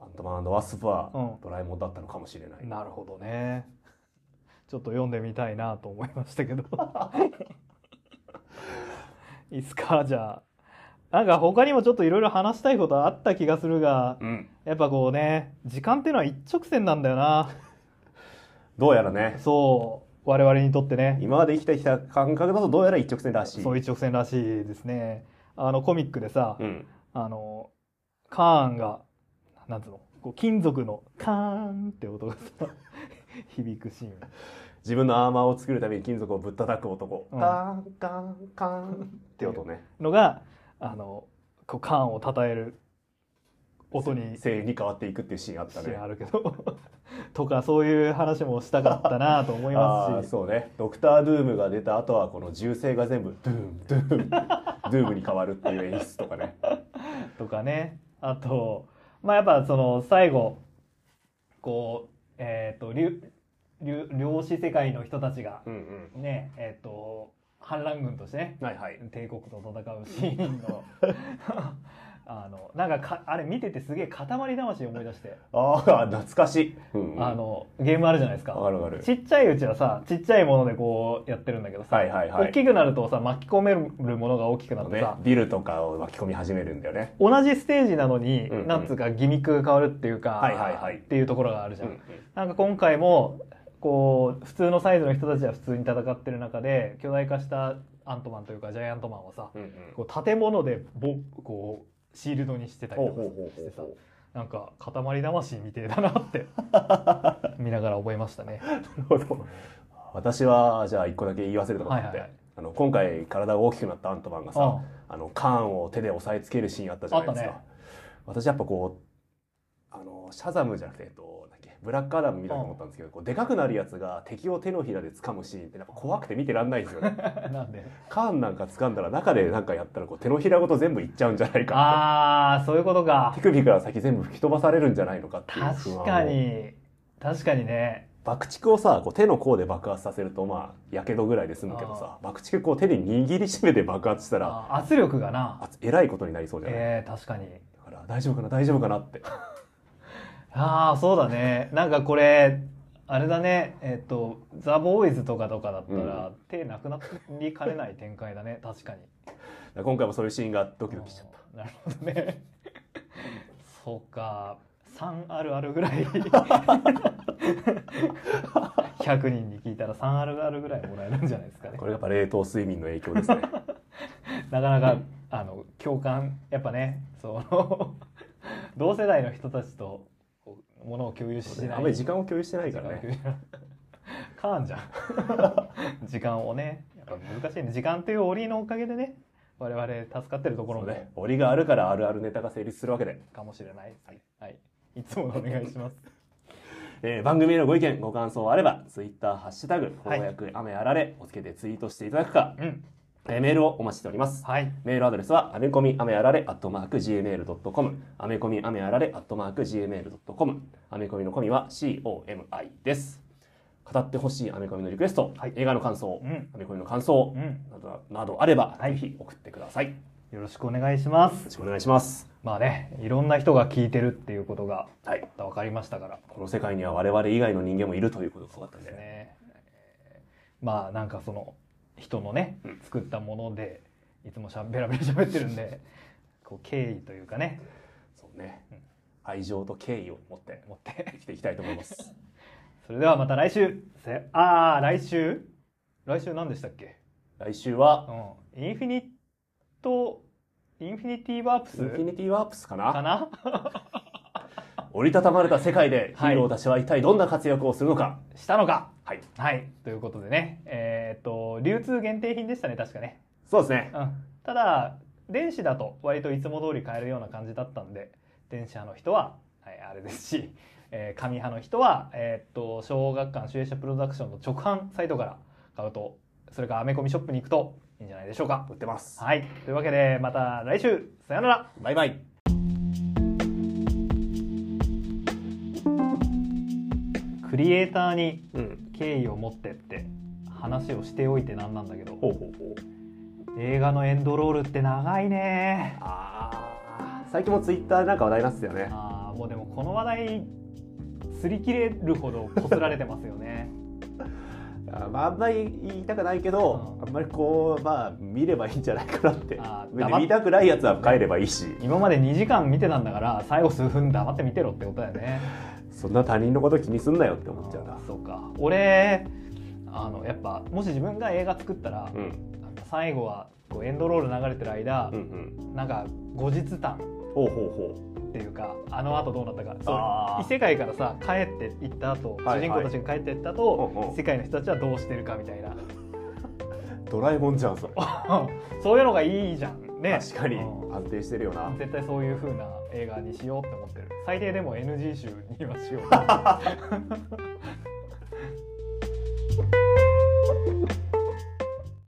Speaker 2: アントマンワスプは
Speaker 1: うん
Speaker 2: ドラえもんだったのかもしれない、
Speaker 1: なるほどね。ちょっと読んでみたいなと思いましたけ ど。いいっすかじゃあ。なんか他にもちょっといろいろ話したいことあった気がするが、
Speaker 2: うん
Speaker 1: やっぱこうね、時間っていうのは一直線なんだよな。
Speaker 2: どうやらね
Speaker 1: そう。我々にとってね。
Speaker 2: 今まで生きてきた感覚だとどうやら一直線らしい
Speaker 1: そう一直線らしいですね。あのコミックでさ、
Speaker 2: うん、
Speaker 1: あの、カーンが、なんつうの、こう金属のカーンって音がさ、 響くシーン。
Speaker 2: 自分のアーマーを作るために金属をぶった叩く男、
Speaker 1: うん
Speaker 2: カーンカーンカーンって音ね
Speaker 1: のがあのこうカーンを称える音に
Speaker 2: 声援に変わっていくっていうシーンあった
Speaker 1: シ
Speaker 2: ね
Speaker 1: ーンあるけど とかそういう話もしたかったなと思い
Speaker 2: あ
Speaker 1: ま
Speaker 2: ー
Speaker 1: すし
Speaker 2: そうねドクター・ドゥームが出た後はこの銃声が全部ドゥーンドゥーン ドゥームに変わるっていう演出とかね
Speaker 1: とかねあとまあやっぱその最後こうえっ、と竜竜量子世界の人たちが
Speaker 2: うんうん
Speaker 1: ねえっ、と反乱軍としてね
Speaker 2: はいはい
Speaker 1: 帝国と戦うシーンの あのなんかかあれ見ててすげえ塊魂思い出して、
Speaker 2: ああ懐かしい、うんうん
Speaker 1: あのゲームあるじゃないですか
Speaker 2: わかるわかる
Speaker 1: ちっちゃいうちはさちっちゃいものでこうやってるんだけどさ、
Speaker 2: はいはいはい
Speaker 1: 大きくなるとさ巻き込めるものが大きくな
Speaker 2: あ
Speaker 1: っ
Speaker 2: の
Speaker 1: て
Speaker 2: ね
Speaker 1: さ、
Speaker 2: ビルとかを巻き込み始めるんだよね
Speaker 1: 同じステージなのに、
Speaker 2: うんうん
Speaker 1: なんつうかギミックが変わるっていうか、
Speaker 2: はいはいはい
Speaker 1: っていうところがあるじゃん、
Speaker 2: うんうん
Speaker 1: なんか今回もこう普通のサイズの人たちは普通に戦ってる中で巨大化したアントマンというかジャイアントマンはさ、
Speaker 2: うんうん
Speaker 1: こう建物でぼこうシールドにしてたり
Speaker 2: ほう
Speaker 1: とか
Speaker 2: ほうほう
Speaker 1: してさ
Speaker 2: ほう
Speaker 1: なんか塊魂みてえだなって 見ながら覚えました ね。
Speaker 2: なるほど私はじゃあ一個だけ言い忘れたことあって、
Speaker 1: はいはいはい
Speaker 2: あの今回体が大きくなったアントマンがさ、
Speaker 1: うん
Speaker 2: あのカーンを手で押さえつけるシーンあったじゃないですか、
Speaker 1: あったね
Speaker 2: 私やっぱこうあのシャザムじゃなくてえっとなんだっけブラックアダムみたいなと思ったんですけど、こうでかくなるやつが敵を手のひらで掴むシーンってなんか怖くて見てらんないんですよね
Speaker 1: なんで
Speaker 2: カーンなんか掴んだら中でなんかやったらこう手のひらごと全部いっちゃうんじゃないか
Speaker 1: ああそういうこと
Speaker 2: って
Speaker 1: か
Speaker 2: 手首から先全部吹き飛ばされるんじゃないのかっていう不安を
Speaker 1: 確かに確かにね
Speaker 2: 爆竹をさこう手の甲で爆発させるとまあやけどぐらいで済むけどさ爆竹こう手で握りしめて爆発したら
Speaker 1: あ圧力がな
Speaker 2: あえらいことになりそうじゃない、
Speaker 1: えー、確かに
Speaker 2: だから大丈夫かな大丈夫かなって
Speaker 1: ああそうだねなんかこれあれだねえっ、とザ・ボーイズとかとかだったら、
Speaker 2: う
Speaker 1: 手なくなりかねない展開だね確かに
Speaker 2: 今回もそういうシーンがドキドキしちゃった
Speaker 1: たなるほどねそうか3あるあるぐらい100人に聞いたら3あるあるぐらいもらえるんじゃないですかね
Speaker 2: これがやっぱ冷凍睡眠の影響ですね
Speaker 1: なかなかあの共感やっぱねその同世代の人たちとこうものを共有しない
Speaker 2: あんまり時間を共有してないからね
Speaker 1: 時 間を共有かんじゃん時間をねやっぱ難しいね時間という檻のおかげでね我々助かってるところ
Speaker 2: この
Speaker 1: も
Speaker 2: ね檻があるからあるあるネタが成立するわけで、
Speaker 1: かもしれないですねはい、いつものお願いします
Speaker 2: えー番組へのご意見ご感想あればツイッターハッシュタグ「
Speaker 1: はい
Speaker 2: 翻訳雨あられ」をつけてツイートしていただくか、
Speaker 1: うん
Speaker 2: えーメールをお待ちしております
Speaker 1: はい
Speaker 2: メールアドレスは、アメコミアメアラレアットマーク Gmail.com、アメコミアメアラレアットマーク Gmail.com、アメコミのコミは COMI です。語ってほしいアメコミのリクエスト、
Speaker 1: はい
Speaker 2: 映画の感想、
Speaker 1: うん
Speaker 2: アメコミの感想、
Speaker 1: うん
Speaker 2: などなどあれば、ぜひ送ってください。よ
Speaker 1: よろしくお願いします
Speaker 2: ろしくお願いします。
Speaker 1: まあねいろんな人が聞いてるっていうことが
Speaker 2: はい。
Speaker 1: 分かりましたから
Speaker 2: この世界には我々以外の人間もいるということが分かったんで、
Speaker 1: ね、まあなんかその人のね
Speaker 2: うん
Speaker 1: 作ったものでいつもしゃべらべら喋ってるんで こう敬意というかね
Speaker 2: そうね
Speaker 1: うん。
Speaker 2: 愛情と敬意を持って
Speaker 1: 持って
Speaker 2: 生きていきたいと思います。
Speaker 1: それではまた来週せあー来週来週何でしたっけ、
Speaker 2: 来週は、
Speaker 1: うん、インフィニットインフィニティワープ
Speaker 2: インフィ
Speaker 1: ス
Speaker 2: ニティワープスか
Speaker 1: か
Speaker 2: な
Speaker 1: な
Speaker 2: 折りたたまれた世界でヒ
Speaker 1: はい
Speaker 2: ーローたちは一体どんな活躍をするのか。
Speaker 1: したのか
Speaker 2: はい。
Speaker 1: はいということでねえーっと流通限定品でしたね確かね
Speaker 2: そうですね
Speaker 1: う。んただ電子だと割といつも通り買えるような感じだったんで電子派の人は、はい、あれですし、えー紙派の人は、えーっと小学館主演者プロダクションの直販サイトから買うとそれからアメコミショップに行くといいんじゃないでしょうか
Speaker 2: 売ってます。
Speaker 1: はいというわけでまた来週さようなら
Speaker 2: バイバイ。
Speaker 1: クリエイターに
Speaker 2: うん。
Speaker 1: 敬意を持ってって話をしておいてなんなんだけど
Speaker 2: ほうほうほう。
Speaker 1: 映画のエンドロールって長いね
Speaker 2: ああ。最近もツイッターなんか話題になってたよね。
Speaker 1: あーもうでもこの話題擦り切れるほどこすられてますよね
Speaker 2: あまあ、あんまり言いたくないけど、
Speaker 1: うん
Speaker 2: あんまりこう、まあ、見ればいいんじゃないかなって
Speaker 1: あ。ー
Speaker 2: 別に
Speaker 1: 黙っ
Speaker 2: 見たくないやつは帰ればいいし、
Speaker 1: 今まで2時間見てたんだから最後数分黙って見てろってことだよね
Speaker 2: そんな他人のこと気にすんなよって思っちゃう
Speaker 1: あ
Speaker 2: な
Speaker 1: ー。そうか俺あのやっぱもし自分が映画作ったら、
Speaker 2: うん。
Speaker 1: あの最後はこうエンドロール流れてる間
Speaker 2: うんう、ん。
Speaker 1: なんか後日談
Speaker 2: ほうほ
Speaker 1: っていうかあの後どうなったか
Speaker 2: あ
Speaker 1: そう
Speaker 2: ー
Speaker 1: 異世界からさ帰って行った後、
Speaker 2: はいはい
Speaker 1: 主人公たちが帰って行った
Speaker 2: ほうほ
Speaker 1: 後
Speaker 2: う
Speaker 1: 世界の人たちはどうしてるかみたいな
Speaker 2: うほう。ドラえもんじゃん、それ。
Speaker 1: そういうのがいいじゃんね
Speaker 2: 確かに
Speaker 1: うん
Speaker 2: 安定してるよな。
Speaker 1: 絶対そういう風な映画にしようって思ってる最低でも NG 集にはしよう